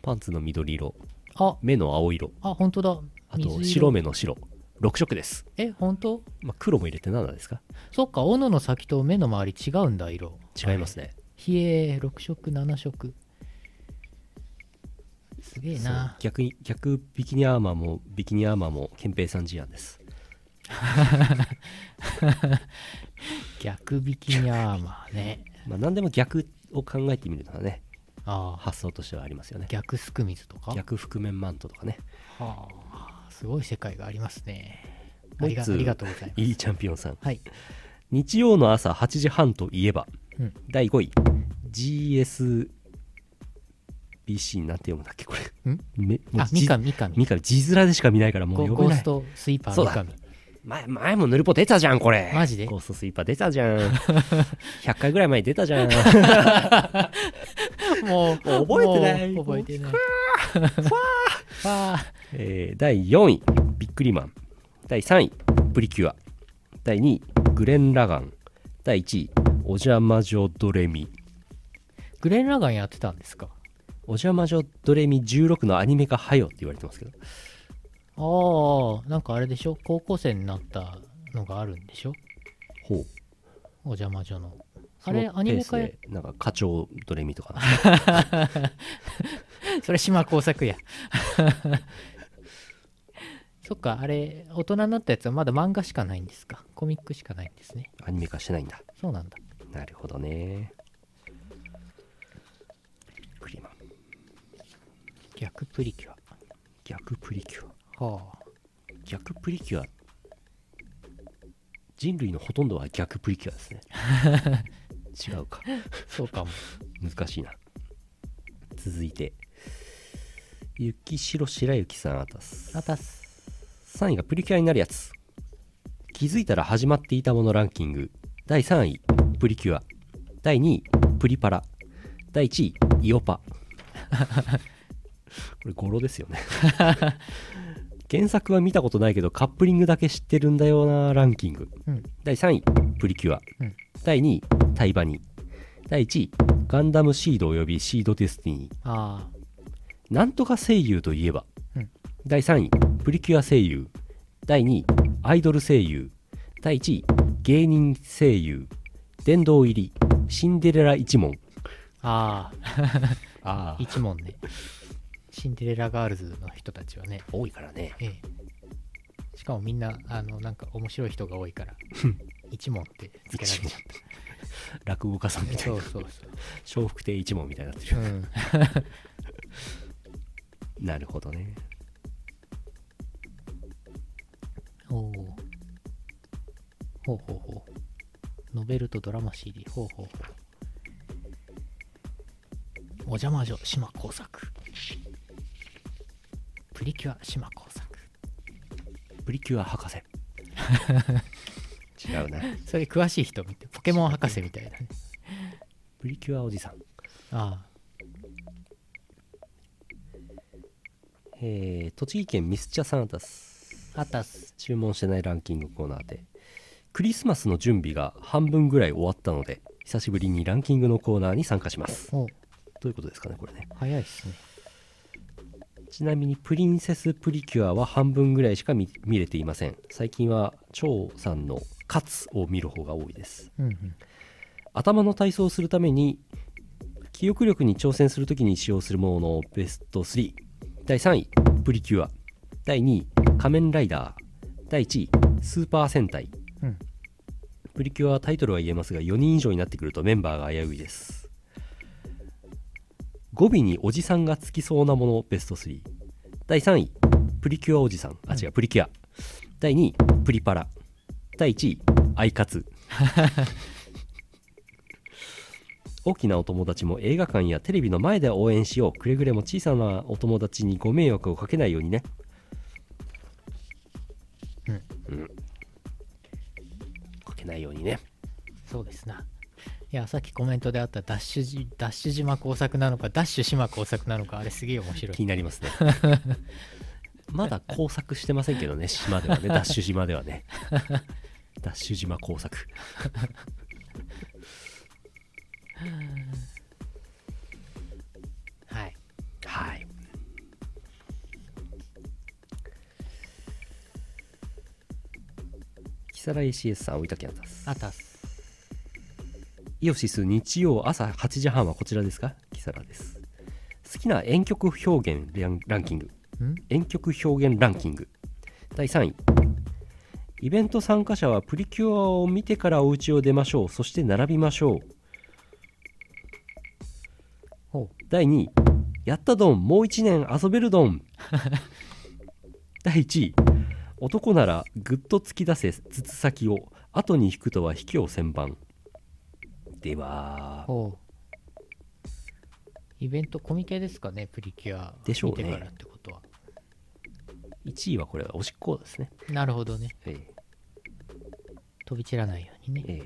Speaker 1: パンツの緑色
Speaker 2: あ
Speaker 1: 目の青色
Speaker 2: あ本当だ
Speaker 1: あ
Speaker 2: 水
Speaker 1: と
Speaker 2: 色
Speaker 1: 白目の白6色です、
Speaker 2: え本当
Speaker 1: まあ、黒も入れて7ですか
Speaker 2: そっか斧の先と目の周り違うんだ色
Speaker 1: 違いますね
Speaker 2: ひえ6色7色すげえ
Speaker 1: そう
Speaker 2: な
Speaker 1: 逆に逆ビキニアーマーもビキニアーマーも憲平さん事案です
Speaker 2: [laughs] 逆引きにゃーまあね
Speaker 1: まあ何でも逆を考えてみるのはね
Speaker 2: ああ
Speaker 1: 発想としてはありますよね
Speaker 2: 逆すく水とか
Speaker 1: 逆覆面マントとかね
Speaker 2: はあすごい世界がありますねあ
Speaker 1: もう
Speaker 2: り
Speaker 1: 一
Speaker 2: が
Speaker 1: つ
Speaker 2: ありがとうございます
Speaker 1: いいチャンピオンさん
Speaker 2: はい
Speaker 1: 日曜の朝8時半といえば、
Speaker 2: うん
Speaker 1: 第5位 GSBC なんて読むんだっけこれ
Speaker 2: ん
Speaker 1: めもう
Speaker 2: あ
Speaker 1: じ
Speaker 2: 三上三上
Speaker 1: 三上字面でしか見ないからも
Speaker 2: ゴ
Speaker 1: う
Speaker 2: ゴ
Speaker 1: 読
Speaker 2: ー
Speaker 1: めな
Speaker 2: ス
Speaker 1: い
Speaker 2: トスイーパー
Speaker 1: そう
Speaker 2: 三
Speaker 1: だ
Speaker 2: 上
Speaker 1: 前前もヌルポ出たじゃんこれ
Speaker 2: マジで
Speaker 1: ゴーストスイーパー出たじゃん
Speaker 2: [laughs]
Speaker 1: 100回ぐらい前に出たじゃん
Speaker 2: もう
Speaker 1: もう覚えてない
Speaker 2: もう覚えてないわあ
Speaker 1: えー第4位ビックリマン第3位プリキュア第2位グレン・ラガン第1位おじゃまじょドレミ
Speaker 2: グレン・ラガンやってたんですか
Speaker 1: おじゃまじょドレミ16のアニメ化はよって言われてますけど
Speaker 2: ああなんかあれでしょ高校生になったのがあるんでしょ
Speaker 1: ほう
Speaker 2: お邪魔女のあれアニメ化や
Speaker 1: やなんか課長ドレミ
Speaker 2: [laughs]
Speaker 1: とか
Speaker 2: それ島工作や [laughs] そっかあれ大人になったやつはまだ漫画しかないんですかコミックしかないんですね
Speaker 1: アニメ化してないんだ
Speaker 2: そうなんだ
Speaker 1: なるほどねプリマン
Speaker 2: 逆プリキュ
Speaker 1: 逆プリキュア
Speaker 2: アはあ
Speaker 1: 逆プリキュア人類のほとんどは逆プリキュア
Speaker 2: [laughs]
Speaker 1: ですね違うか
Speaker 2: そうかも
Speaker 1: [laughs] 難しいな続いて雪城白雪さんあたす
Speaker 2: あたす
Speaker 1: 3位がプリキュアになるやつ気づいたら始まっていたものランキング第3位プリキュア第2位プリパラ第1位イオ
Speaker 2: [laughs]
Speaker 1: パこれ語呂ですよね [laughs] 原作は見たことないけどカップリングだけ知ってるんだよなランキング
Speaker 2: うん
Speaker 1: 第3位プリキュア、
Speaker 2: うん
Speaker 1: 第2位タイバニ第1位ガンダムシードおよびシードデスティニー
Speaker 2: あ
Speaker 1: なんとか声優といえば、
Speaker 2: うん
Speaker 1: 第3位プリキュア声優第2位アイドル声優第1位芸人声優殿堂入りシンデレラ一門
Speaker 2: ああ
Speaker 1: あ
Speaker 2: あ一問ねシンデレラガールズの人たちはね
Speaker 1: 多いからね
Speaker 2: ええしかもみんなあのなんか面白い人が多いから一問ってつけられちゃっ
Speaker 1: [laughs] 落語家さんみたい
Speaker 2: たそ
Speaker 1: な
Speaker 2: うそうそう
Speaker 1: 笑福亭一門みたいになってる、
Speaker 2: うん、
Speaker 1: なるほどね
Speaker 2: おおうほうほうほうノベルとドラマ CD ほうほうほうお邪魔女島工作プリキュア島工作
Speaker 1: プリキュア
Speaker 2: [laughs]
Speaker 1: 博士違うな
Speaker 2: それ詳しい人見てポケモン博士みたいなね
Speaker 1: プリキュアおじさん
Speaker 2: あ
Speaker 1: えー、栃木県ミスチャサンタス
Speaker 2: ああたす
Speaker 1: 注文してないランキングコーナーでクリスマスの準備が半分ぐらい終わったので久しぶりにランキングのコーナーに参加しますど
Speaker 2: お
Speaker 1: ういうことですかねこれね
Speaker 2: 早いっすね
Speaker 1: ちなみにプリンセスプリキュアは半分ぐらいしか見見れていません最近は張さんの「カツ」を見る方が多いです
Speaker 2: うんうん
Speaker 1: 頭の体操をするために記憶力に挑戦するときに使用するもののベスト3第3位プリキュア第2位仮面ライダー第1位スーパー戦隊
Speaker 2: うん
Speaker 1: プリキュアはタイトルは言えますが4人以上になってくるとメンバーが危ういです語尾におじさんがつきそうなものベスト3第3位プリキュアおじさんあ違う、プリキュア第2位プリパラ第1位アイカツ大きなお友達も映画館やテレビの前で応援しようくれぐれも小さなお友達にご迷惑をかけないようにね
Speaker 2: うん
Speaker 1: かけないようにね
Speaker 2: そうですないやさっきコメントであったダッシュじダッシュ島工作なのかダッシュ島工作なのかあれすげえ面白い
Speaker 1: 気になります
Speaker 2: [laughs]
Speaker 1: ねまだ工作してませんけどね島ではねダッシュ島では
Speaker 2: [laughs]
Speaker 1: ねダッシュ島工作
Speaker 2: はい
Speaker 1: はい木更井 CS さん追いたきあったす
Speaker 2: あたす
Speaker 1: イオシス日曜朝8時半はこちらですか木更です好きな遠曲表現ランランキング
Speaker 2: ん
Speaker 1: 遠曲表現ランキング第3位イベント参加者はプリキュアを見てからお家を出ましょうそして並びましょう
Speaker 2: ほ
Speaker 1: 第2位やったどんもう1年遊べるどん [laughs] 第1位男ならぐっと突き出せ筒先を後に引くとは卑怯千番で
Speaker 2: う
Speaker 1: は
Speaker 2: ほうイベントコミケですかねプリキュア
Speaker 1: でしょうね
Speaker 2: 見てからってことは
Speaker 1: 1位はこれはおしっこですね、
Speaker 2: なるほどね
Speaker 1: ええ
Speaker 2: 飛び散らないようにね
Speaker 1: ええ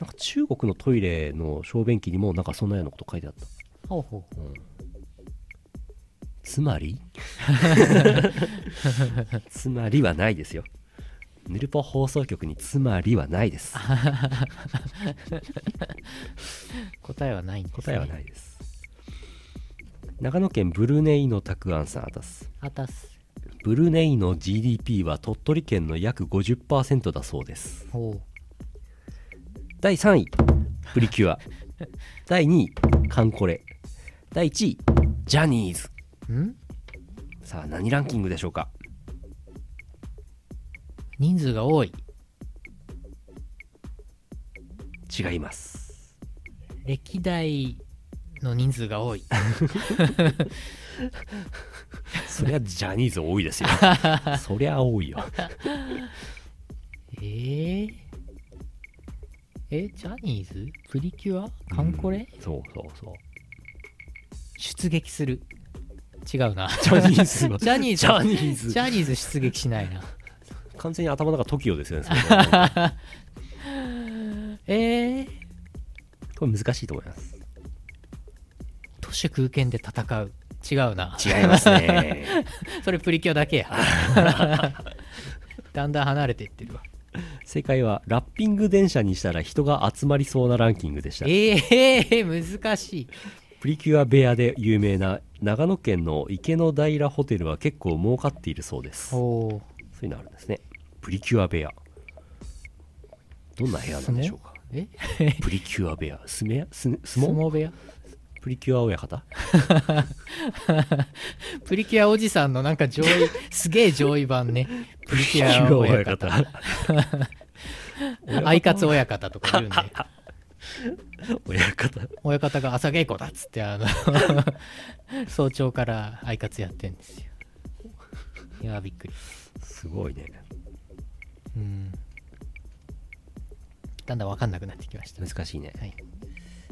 Speaker 1: なんか中国のトイレの小便器にもなんかそんなようなこと書いてあった
Speaker 2: ほうほう
Speaker 1: つま
Speaker 2: [laughs]
Speaker 1: りつまりはないですよヌルポ放送局につまりはないです
Speaker 2: 答えはないんです、ね、
Speaker 1: 答えはないいです長野県ブルネイのたくあんさんあたす
Speaker 2: あたす
Speaker 1: ブルネイの GDP は鳥取県の約50%だそうです
Speaker 2: ほ
Speaker 1: 第3位プリ
Speaker 2: [laughs]
Speaker 1: キュア第2位カンコレ第1位ジャニーズ
Speaker 2: うん
Speaker 1: さあ何ランキングでしょうか
Speaker 2: 人数が多い
Speaker 1: 違います
Speaker 2: 歴代の人数が
Speaker 1: [laughs]
Speaker 2: 多い
Speaker 1: そりゃジャニーズ多い [laughs] ですよそりゃ多いよ
Speaker 2: えー、えジャニーズプリキュアカンコレ、
Speaker 1: うんそうそうそう
Speaker 2: 出撃する違うな
Speaker 1: ジャニーズは
Speaker 2: [laughs] ジャニーズ
Speaker 1: [laughs] ジャニーズ
Speaker 2: ジャニーズ出撃しないな
Speaker 1: 完全に頭の中 TOKIO ですよねそれ [laughs] は
Speaker 2: えー、
Speaker 1: これ難しいと思います
Speaker 2: 都市空間で戦う違うな
Speaker 1: 違いますね
Speaker 2: それプリキュアだ [laughs] けやだんだん離れていってるわ
Speaker 1: 正解はラッピング電車にしたら人が集まりそうなランキングでした
Speaker 2: えー、難しい
Speaker 1: プリキュア部屋で有名な長野県の池の平ホテルは結構儲かっているそうです
Speaker 2: お
Speaker 1: そうい
Speaker 2: お
Speaker 1: うのあるんですねプリキュア部屋どんな部屋なんでしょうか
Speaker 2: え
Speaker 1: プリキュア部屋すめす相
Speaker 2: 相
Speaker 1: 撲
Speaker 2: 撲部屋
Speaker 1: プリキュア親方
Speaker 2: プリキュアおじさんのなんか上位すげえ上位版 [laughs] ねプリキュア
Speaker 1: [laughs]
Speaker 2: 親方 [laughs] アイカツ親方とか言うね
Speaker 1: 親方
Speaker 2: 親方が朝稽古だっつってあの [laughs] 早朝からアイカツやってんですよいやーびっくり
Speaker 1: すごいね
Speaker 2: うんだんだん分かんなくなってきましたは
Speaker 1: 難しいね
Speaker 2: い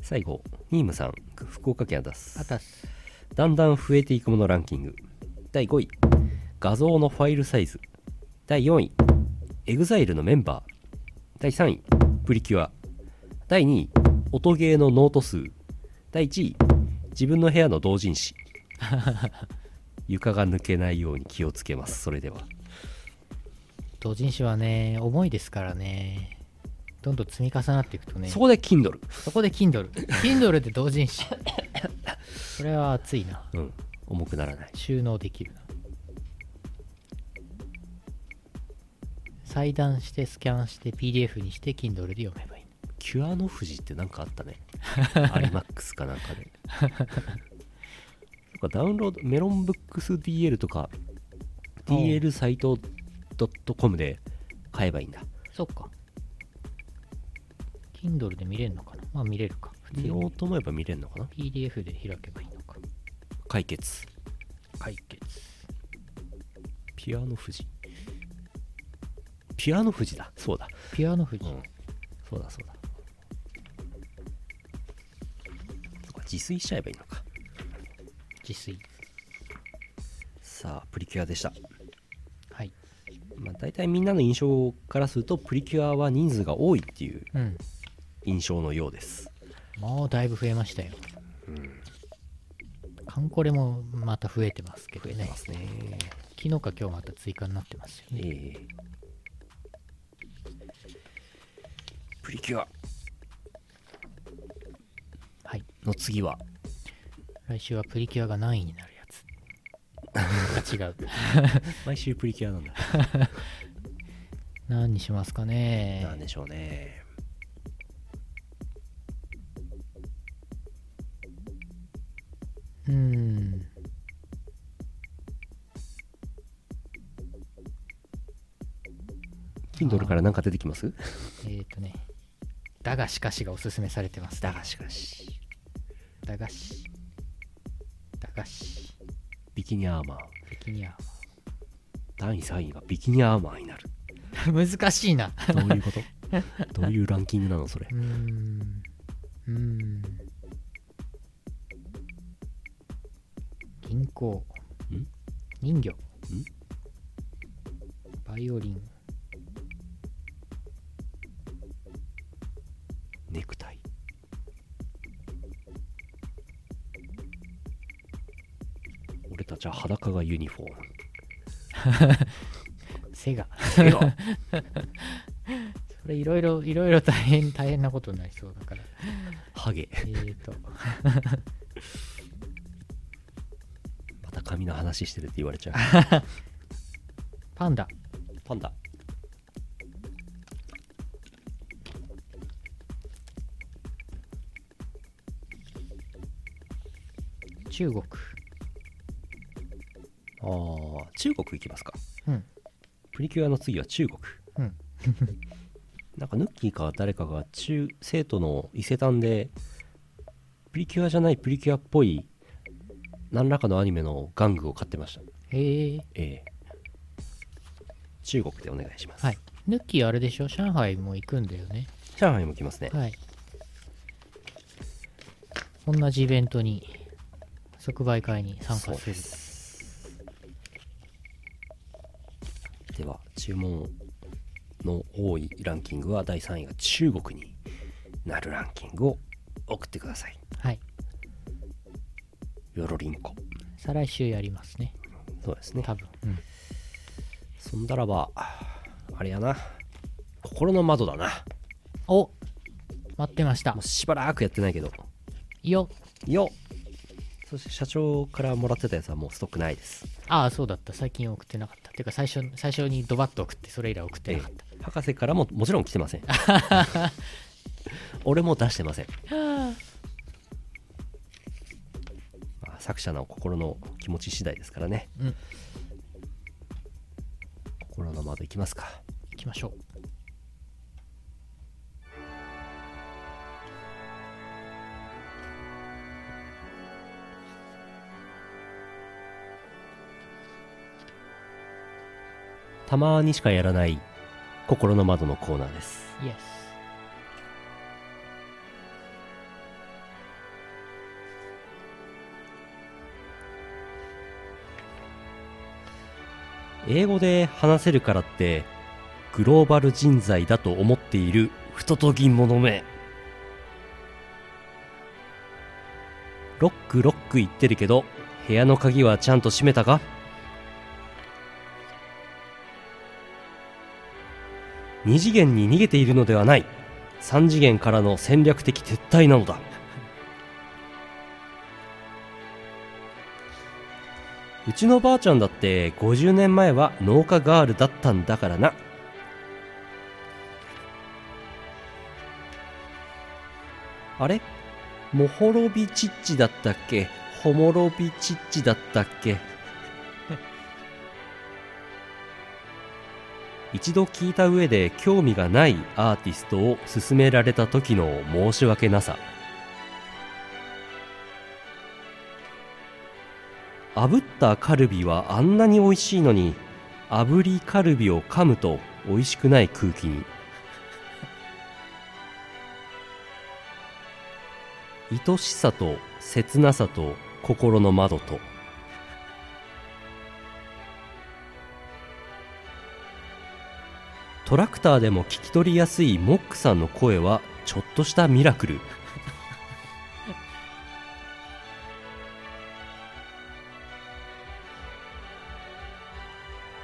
Speaker 1: 最後ニームさん福岡県出す
Speaker 2: あたす
Speaker 1: だんだん増えていくものランキング第5位画像のファイルサイズ第4位 EXILE のメンバー第3位プリキュア第2位音ゲーのノート数第1位自分の部屋の同人
Speaker 2: [laughs]
Speaker 1: 誌床が抜けないように気をつけますそれでは
Speaker 2: 同人誌はね重いですからねどんどん積み重なっていくとね
Speaker 1: そ
Speaker 2: そ
Speaker 1: こで Kindle
Speaker 2: こで Kindle Kindle で同人誌それは熱いな
Speaker 1: うん重くならない
Speaker 2: 収納できるな裁断してスキャンして PDF にして Kindle で読めばいい
Speaker 1: キュアノフジってなんかあったねアリマックスかなんかでなんかダウンロードメロンブックス DL とか
Speaker 2: うん
Speaker 1: DL サイト Kindle.com で買えばいいんだ。
Speaker 2: そっか。Kindle で見れるのかなまあ見れるか。普通
Speaker 1: 見よ
Speaker 2: に
Speaker 1: うと思えば見れるのかな
Speaker 2: PDF で開けばいいのか。
Speaker 1: 解決。
Speaker 2: 解決。
Speaker 1: ピアノ富士。ピアノ富士だ。そうだ。
Speaker 2: ピアノ富士。
Speaker 1: うん。そうだそうだ。そうか自炊しちゃえばいいのか。
Speaker 2: 自炊。
Speaker 1: さあ、プリキュアでした。
Speaker 2: はい。
Speaker 1: まあ、大体みんなの印象からすると、プリキュアは人数が多いっていう
Speaker 2: うん。
Speaker 1: 印象のようです。
Speaker 2: もうだいぶ増えましたよ。カンコレもまた増えてますけどね。
Speaker 1: ますね。
Speaker 2: 昨日か今日また追加になってますよ
Speaker 1: え
Speaker 2: ね。
Speaker 1: えプリキュア
Speaker 2: はい。
Speaker 1: の次は、
Speaker 2: 来週はプリキュアが何位になるやつ。あ違う。
Speaker 1: 毎週プリキュアなんだ。
Speaker 2: 何にしますかね
Speaker 1: [laughs] なんでしょうね。
Speaker 2: うーん
Speaker 1: キンドルから何か出てきます
Speaker 2: えっ、ー、とねだがしかしがおすすめされてます
Speaker 1: だがしかし、
Speaker 2: だがしだがし
Speaker 1: ビキニアーマー。
Speaker 2: 的には [laughs]
Speaker 1: 第3位がビキニアーマーに [laughs] なる。
Speaker 2: 難しいな
Speaker 1: どういうことどういうランキングなのそれ
Speaker 2: う。ーんうーん銀行
Speaker 1: ん
Speaker 2: 人魚バイオリン
Speaker 1: ネクタイ。俺たちは裸がユニフォーム。
Speaker 2: セガ [laughs]
Speaker 1: 手が
Speaker 2: それいろいろいろいろ大変大変なことになりそうだから
Speaker 1: ハゲ。
Speaker 2: えーと
Speaker 1: また髪の話してるって言われちゃう。
Speaker 2: [laughs] パンダ
Speaker 1: パンダ。
Speaker 2: 中国
Speaker 1: ああ、中国行きますか。
Speaker 2: うん
Speaker 1: プリキュアの次は中国。
Speaker 2: うん
Speaker 1: [laughs] なんかヌッキーか誰かが中生徒の伊勢丹でプリキュアじゃないプリキュアっぽい何らかのアニメの玩具を買ってました。
Speaker 2: へえ
Speaker 1: ええ中国でお願いします。
Speaker 2: はい。ヌッキーあれでしょ上海も行くんだよね。
Speaker 1: 上海も来ますね。
Speaker 2: はい。同じイベントに、即売会に参
Speaker 1: そう
Speaker 2: 加す
Speaker 1: で
Speaker 2: る。
Speaker 1: す。では、注文の多いランキングは第3位が中国になるランキングを送ってください。
Speaker 2: はい。
Speaker 1: よろりんこ。
Speaker 2: 再来週やりますね。
Speaker 1: そうですね。
Speaker 2: 多分。うん。
Speaker 1: そんだらば、あれやな。心の窓だな。
Speaker 2: お待ってました
Speaker 1: もう。しばらくやってないけど。
Speaker 2: いいよ。
Speaker 1: よっそして社長からもらってたやつはもうストックないです。
Speaker 2: ああ、そうだった。最近送ってなかった。てか、最初、最初にドバッと送って、それ以来送ってなかった。
Speaker 1: ええ博士からももちろん来てま
Speaker 2: [laughs]
Speaker 1: せん俺も出してませんまあ作者の心の気持ち次第ですからね、
Speaker 2: うん
Speaker 1: 心の窓いきますか
Speaker 2: 行きましょう。
Speaker 1: たまにしかやらない心の窓のコーナーです
Speaker 2: イエス。
Speaker 1: 英語で話せるからってグローバル人材だと思っている太とぎ者めロックロック言ってるけど部屋の鍵はちゃんと閉めたか二次元に逃げているのではない三次元からの戦略的撤退なのだうちのばあちゃんだって50年前は農家ガールだったんだからな。あれモホロビチッチだったっけホモロビチッチだったっけ [laughs] 一度聞いた上で興味がないアーティストを勧められた時の申し訳なさ炙ったカルビはあんなに美味しいのに炙りカルビを噛むと美味しくない空気に愛しさと切なさと心の窓とトラクターでも聞き取りやすいモックさんの声はちょっとしたミラクル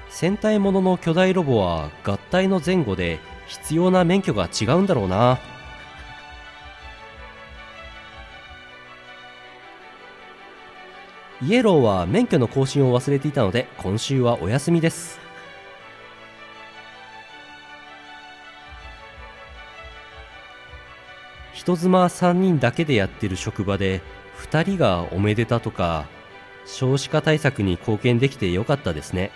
Speaker 1: 戦隊ものの巨大ロボは合体の前後で必要な免許が違うんだろうなイエローは免許の更新を忘れていたので今週はお休みです人妻3人だけでやってる職場で2人がおめでたとか少子化対策に貢献できてよかったですね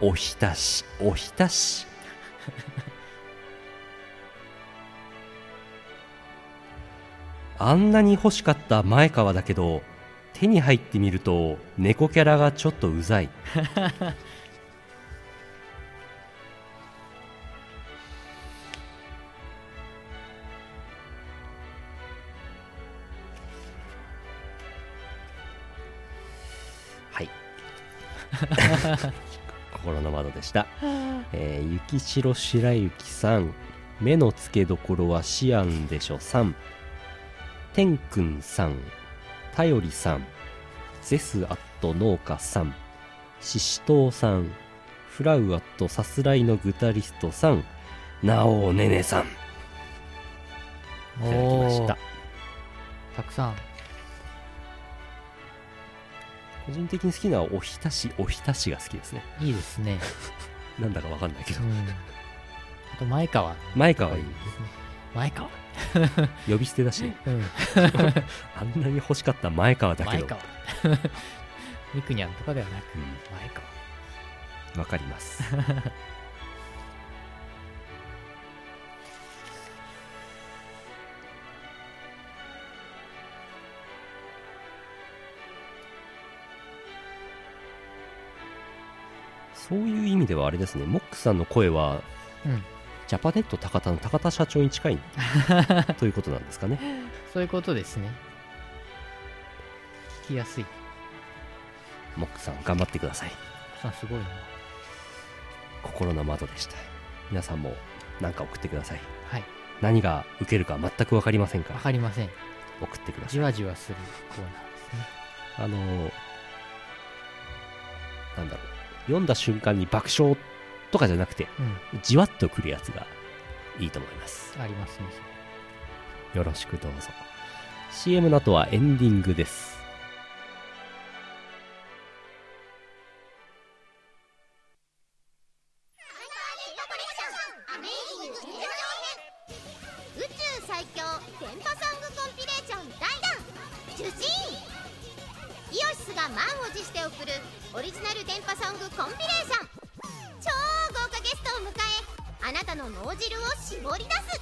Speaker 1: おひたしおひたしあんなに欲しかった前川だけど手に入ってみると猫キャラがちょっとうざいはい心の窓でしたえー、雪城白雪さん目の付けどころはシアンでしょさん天くんさんたよりさんゼスアット農家さんししとうさんフラウアットさすらいのグタリストさんなおねねさんいただきまし
Speaker 2: おー
Speaker 1: た
Speaker 2: たくさん
Speaker 1: 個人的に好きなのはおひたしおひたしが好きですね
Speaker 2: いいですね、
Speaker 1: なんだかわかんないけど
Speaker 2: うん、 [laughs] あと前川
Speaker 1: 前川いい
Speaker 2: 前川、
Speaker 1: 呼び捨てだしね
Speaker 2: うん、
Speaker 1: あんなに欲しかった前川だけ
Speaker 2: 前
Speaker 1: ど
Speaker 2: [laughs] 川みくにゃんとかではなく
Speaker 1: うん
Speaker 2: 前川
Speaker 1: わかります [laughs] そういう意味ではあれですねモックさんの声は
Speaker 2: うん
Speaker 1: ジャパネット高田の高田社長に
Speaker 2: [laughs]
Speaker 1: 近いということなんですかね
Speaker 2: そういうことですね聞きやすい
Speaker 1: モックさん頑張ってください
Speaker 2: さあすごいな
Speaker 1: 心の窓でした皆さんも何か送ってください
Speaker 2: はい
Speaker 1: 何が受けるか全く分かりませんか
Speaker 2: わ
Speaker 1: ら
Speaker 2: かりません
Speaker 1: 送ってくださ
Speaker 2: じ
Speaker 1: い
Speaker 2: わじわするコーナーですね
Speaker 1: あのーなんだろう読んだ瞬間に爆笑とかじゃなくて
Speaker 2: う
Speaker 1: じわっとくるやつがいいと思います
Speaker 2: んありますねそれ
Speaker 1: よろしくどうぞ CM の後はエンディングです
Speaker 4: 宇宙最強電波ソングコンピレーション第弾受信イオシスが満を持して送るオリジナル電波ソングコンピレーション超豪華ゲストを迎えあなたの脳汁を絞り出す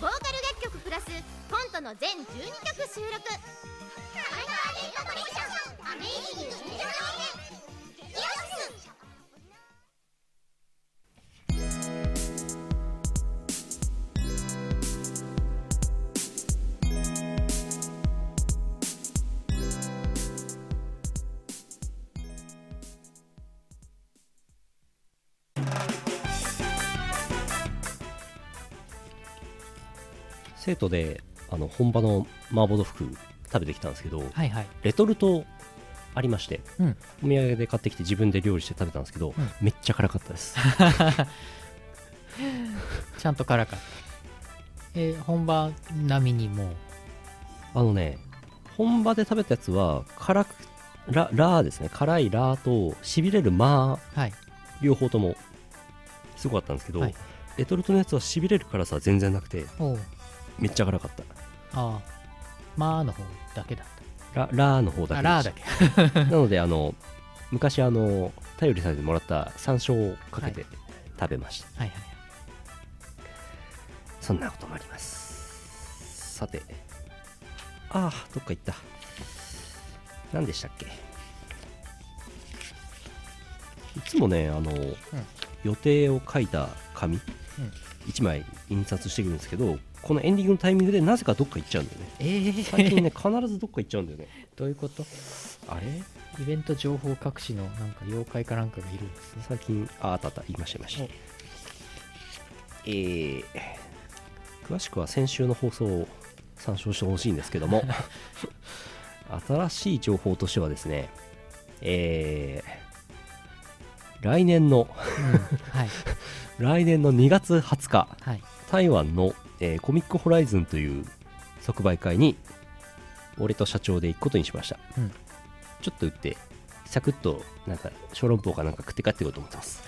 Speaker 4: ボーカル楽曲プラスコントの全12曲収録ハイパー電波コレクションアメイジング入場編イオシス
Speaker 1: 生徒であの本場の麻婆豆腐食べてきたんですけど
Speaker 2: はいはい
Speaker 1: レトルトありまして
Speaker 2: うん
Speaker 1: お土産で買ってきて自分で料理して食べたんですけど、
Speaker 2: うん
Speaker 1: めっちゃ辛かったです
Speaker 2: [laughs] ちゃんと辛かったえー本場並みにもう
Speaker 1: あのね本場で食べたやつは辛くララーですね辛いラーとしびれるマー
Speaker 2: はい
Speaker 1: 両方ともすごかったんですけど、
Speaker 2: はい
Speaker 1: レトルトのやつはしびれる辛さは全然なくて
Speaker 2: おう
Speaker 1: めっちゃ辛かった
Speaker 2: ああまあの方だけだっ
Speaker 1: ララーの方だけ
Speaker 2: あ
Speaker 1: で
Speaker 2: ラ
Speaker 1: し
Speaker 2: ー
Speaker 1: た
Speaker 2: だけ
Speaker 1: [laughs] なのであの昔あの頼りさせてもらった山椒をかけて食べました、
Speaker 2: はいはい
Speaker 1: そんなこともありますさてああどっか行った何でしたっけいつもねあの、予定を書いた紙、一1枚印刷してくるんですけどこのエンディングのタイミングでなぜかどっか行っちゃうんだよね
Speaker 2: ええ
Speaker 1: 最 [laughs] 近ね必ずどっか行っちゃうんだよね
Speaker 2: どういうこと
Speaker 1: あれ
Speaker 2: イベント情報隠しのなんか妖怪かなんかがいるんですね
Speaker 1: 最近ああったあった言いました言いましたえー詳しくは先週の放送を参照してほしいんですけ
Speaker 2: [laughs]
Speaker 1: ども新しい情報としてはですねえー来年の
Speaker 2: うんはい
Speaker 1: 来年の2月20日
Speaker 2: はい
Speaker 1: 台湾の、えーコミックホライズンという即売会に俺と社長で行くことにしました、
Speaker 2: うん
Speaker 1: ちょっと売ってサクッとなんか小籠包かなんか食って帰ってこようと思ってます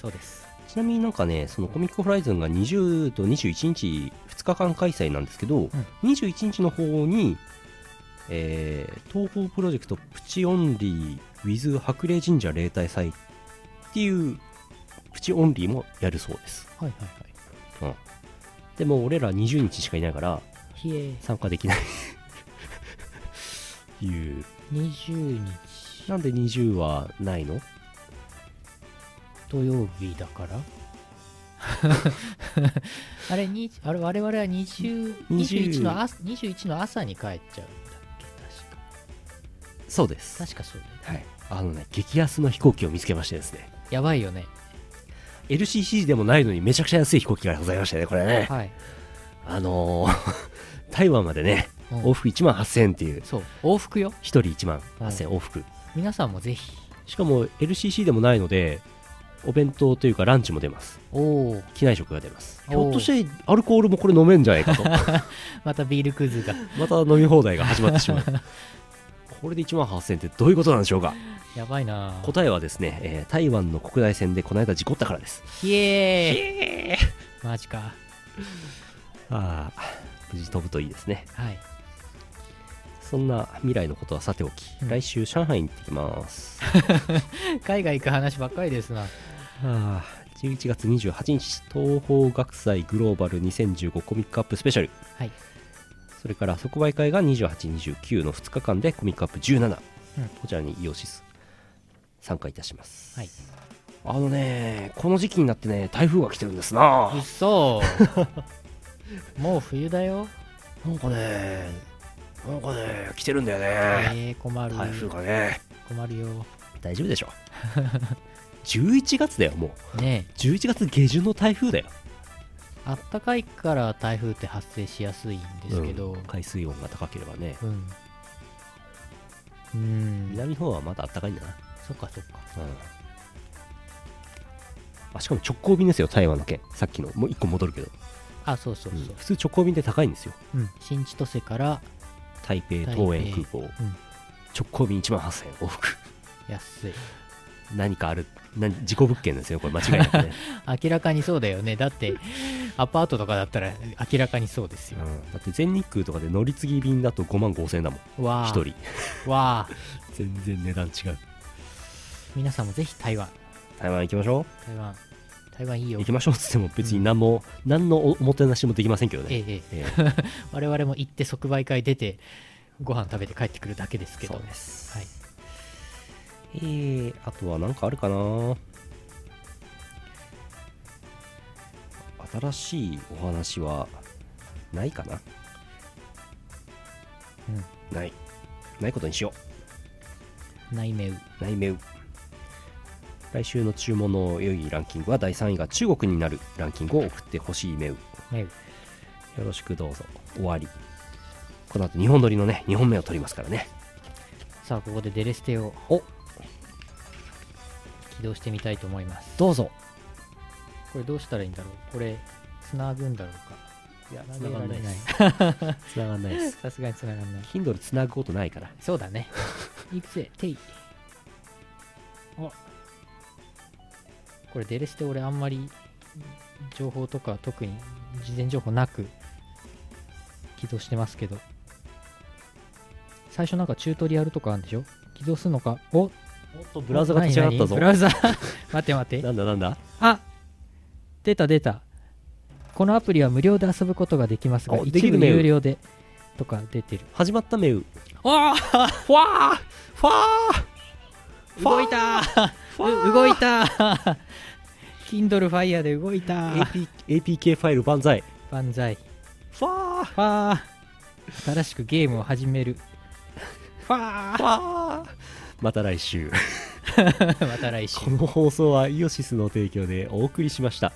Speaker 2: そうです
Speaker 1: ちなみになんかね、そのコミックホライズンが20と21日、2日間開催なんですけど、21日の方に、えー東方プロジェクトプチオンリー with 白麗神社例大祭っていうプチオンリーもやるそうです。
Speaker 2: はいはいは
Speaker 1: うん、でも俺ら20日しかいないから
Speaker 2: いひえ
Speaker 1: 参加できないいう。
Speaker 2: 20日
Speaker 1: なんで20はないの
Speaker 2: 土曜日だから [laughs] あれにあれ我々は20 21の朝21の朝に帰っちゃうんだっけ確か
Speaker 1: そうです。
Speaker 2: 確かそうだよね
Speaker 1: はい。あのね、激安の飛行機を見つけましてですね。
Speaker 2: やばいよね
Speaker 1: LCC でもないのにめちゃくちゃ安い飛行機がございましたね、これね。
Speaker 2: はい、
Speaker 1: あのー、 [laughs] 台湾までね、
Speaker 2: うん
Speaker 1: 往復1万8000円っていう、1
Speaker 2: そう往復よ
Speaker 1: 人1万8000円往復。
Speaker 2: 皆さんもぜひ
Speaker 1: しかも LCC でもないので、お弁当というかランチも出ます。
Speaker 2: おお
Speaker 1: 機内食が出ます。
Speaker 2: おー
Speaker 1: ひょっとしてアルコールもこれ飲めんじゃないか
Speaker 2: [laughs]
Speaker 1: と。
Speaker 2: またビールク [laughs] ズが
Speaker 1: また飲み放題が始まって
Speaker 2: [laughs]
Speaker 1: しまう。これで1万8000円ってどういうことなんでしょうか
Speaker 2: やばいな
Speaker 1: 答えはですね、えー台湾の国内線でこの間事故ったからです。
Speaker 2: ひえマジか
Speaker 1: ああ、無事飛ぶといいですね。
Speaker 2: はい
Speaker 1: そんな未来のことはさておき、
Speaker 2: うん
Speaker 1: 来週上海に行ってきます。
Speaker 2: 海外行く話ばっかりです
Speaker 1: [laughs]
Speaker 2: な
Speaker 1: はあ11月28日、東方学祭グローバル2015コミックアップスペシャル。
Speaker 2: はい
Speaker 1: それから即売会が28、29の2日間でコミックアップ17。
Speaker 2: うん
Speaker 1: こちらにイオシス参加いたします。
Speaker 2: はい
Speaker 1: あのね、この時期になってね、台風が来てるんですな
Speaker 2: うっ。 [laughs] そもう冬だよ
Speaker 1: なんかね、なんかね、来てるんだよね。
Speaker 2: えー、困る
Speaker 1: 台風がね。
Speaker 2: 困るよ
Speaker 1: 大丈夫で [laughs] しょ。11月だよ、もう。
Speaker 2: ねえ
Speaker 1: 11月下旬の台風だよ
Speaker 2: あったかいから台風って発生しやすいんですけど
Speaker 1: うん海水温が高ければね
Speaker 2: うんうん
Speaker 1: 南の方はまだ暖かいんだな、
Speaker 2: そっかそっか
Speaker 1: うんあしかも直行便ですよ台湾の件さっきのもう1個戻るけど、
Speaker 2: あそうそうそう、
Speaker 1: 普通直行便って高いんですよ
Speaker 2: うん、新千歳から
Speaker 1: 台北
Speaker 2: 台北
Speaker 1: 桃園空港、直行便1万8000円往復
Speaker 2: 安い
Speaker 1: 何かある何事故物件ですよこれ間違いなく
Speaker 2: [laughs]
Speaker 1: ね、
Speaker 2: 明らかにそうだよねだってアパートとかだったら明らかにそうです
Speaker 1: う
Speaker 2: よ、
Speaker 1: んだって全日空とかで乗り継ぎ便だと5万5000円だもん
Speaker 2: わあ
Speaker 1: 1人
Speaker 2: わあ
Speaker 1: 全然値段違う
Speaker 2: 皆さんもぜひ台湾
Speaker 1: 台湾行きましょ
Speaker 2: 台湾台湾いいうよ
Speaker 1: 行きましょうっつっても別に何も、何のおもてなしもできませんけどね、
Speaker 2: ええええ
Speaker 1: ええ
Speaker 2: 我々も行って即売会出てご飯食べて帰ってくるだけですけど
Speaker 1: そうです
Speaker 2: はい、
Speaker 1: えー、あとは何かあるかな新しいお話はないかなないないことにしよ
Speaker 2: うん、内目う
Speaker 1: うないめう来週の注文の良いランキングは第3位が中国になるランキングを送ってほしいめうよ
Speaker 2: 目う
Speaker 1: ろしくどうぞ終わりこの後日本撮りのね2本目を撮りますからね
Speaker 2: さあここでデレステを
Speaker 1: お
Speaker 2: 起動してみたいと思います
Speaker 1: どうぞ
Speaker 2: これどうしたらいいんだろうこれつなぐんだろうか
Speaker 1: いや
Speaker 2: 繋がんないです [laughs]
Speaker 1: つながんないです
Speaker 2: さすがにつながんない
Speaker 1: Kindle つなぐことないから
Speaker 2: そうだねいくぜていあこれデレステ俺あんまり情報とか特に事前情報なく起動してますけど最初なんかチュートリアルとかあるんでしょ起動するのかお
Speaker 1: おっとブラウザが立ち上がったぞ
Speaker 2: 何何ブラウザ [laughs] 待って待って
Speaker 1: なんだなんだ
Speaker 2: あ出た出たこのアプリは無料で遊ぶことができますが
Speaker 1: おでき
Speaker 2: 一
Speaker 1: る
Speaker 2: 部
Speaker 1: ね
Speaker 2: 有料でとか出てる
Speaker 1: 始まったメウ
Speaker 2: ああ
Speaker 1: ファーファー
Speaker 2: 動いたう動
Speaker 1: [laughs]
Speaker 2: いた Kindle Fire で動いた
Speaker 1: AP APK ファイル万歳
Speaker 2: 万歳
Speaker 1: ファーフ
Speaker 2: ファー新しくゲームを始めるファー
Speaker 1: ァーまた来週
Speaker 2: [laughs] また来週
Speaker 1: この放送はイオシスの提供でお送りしました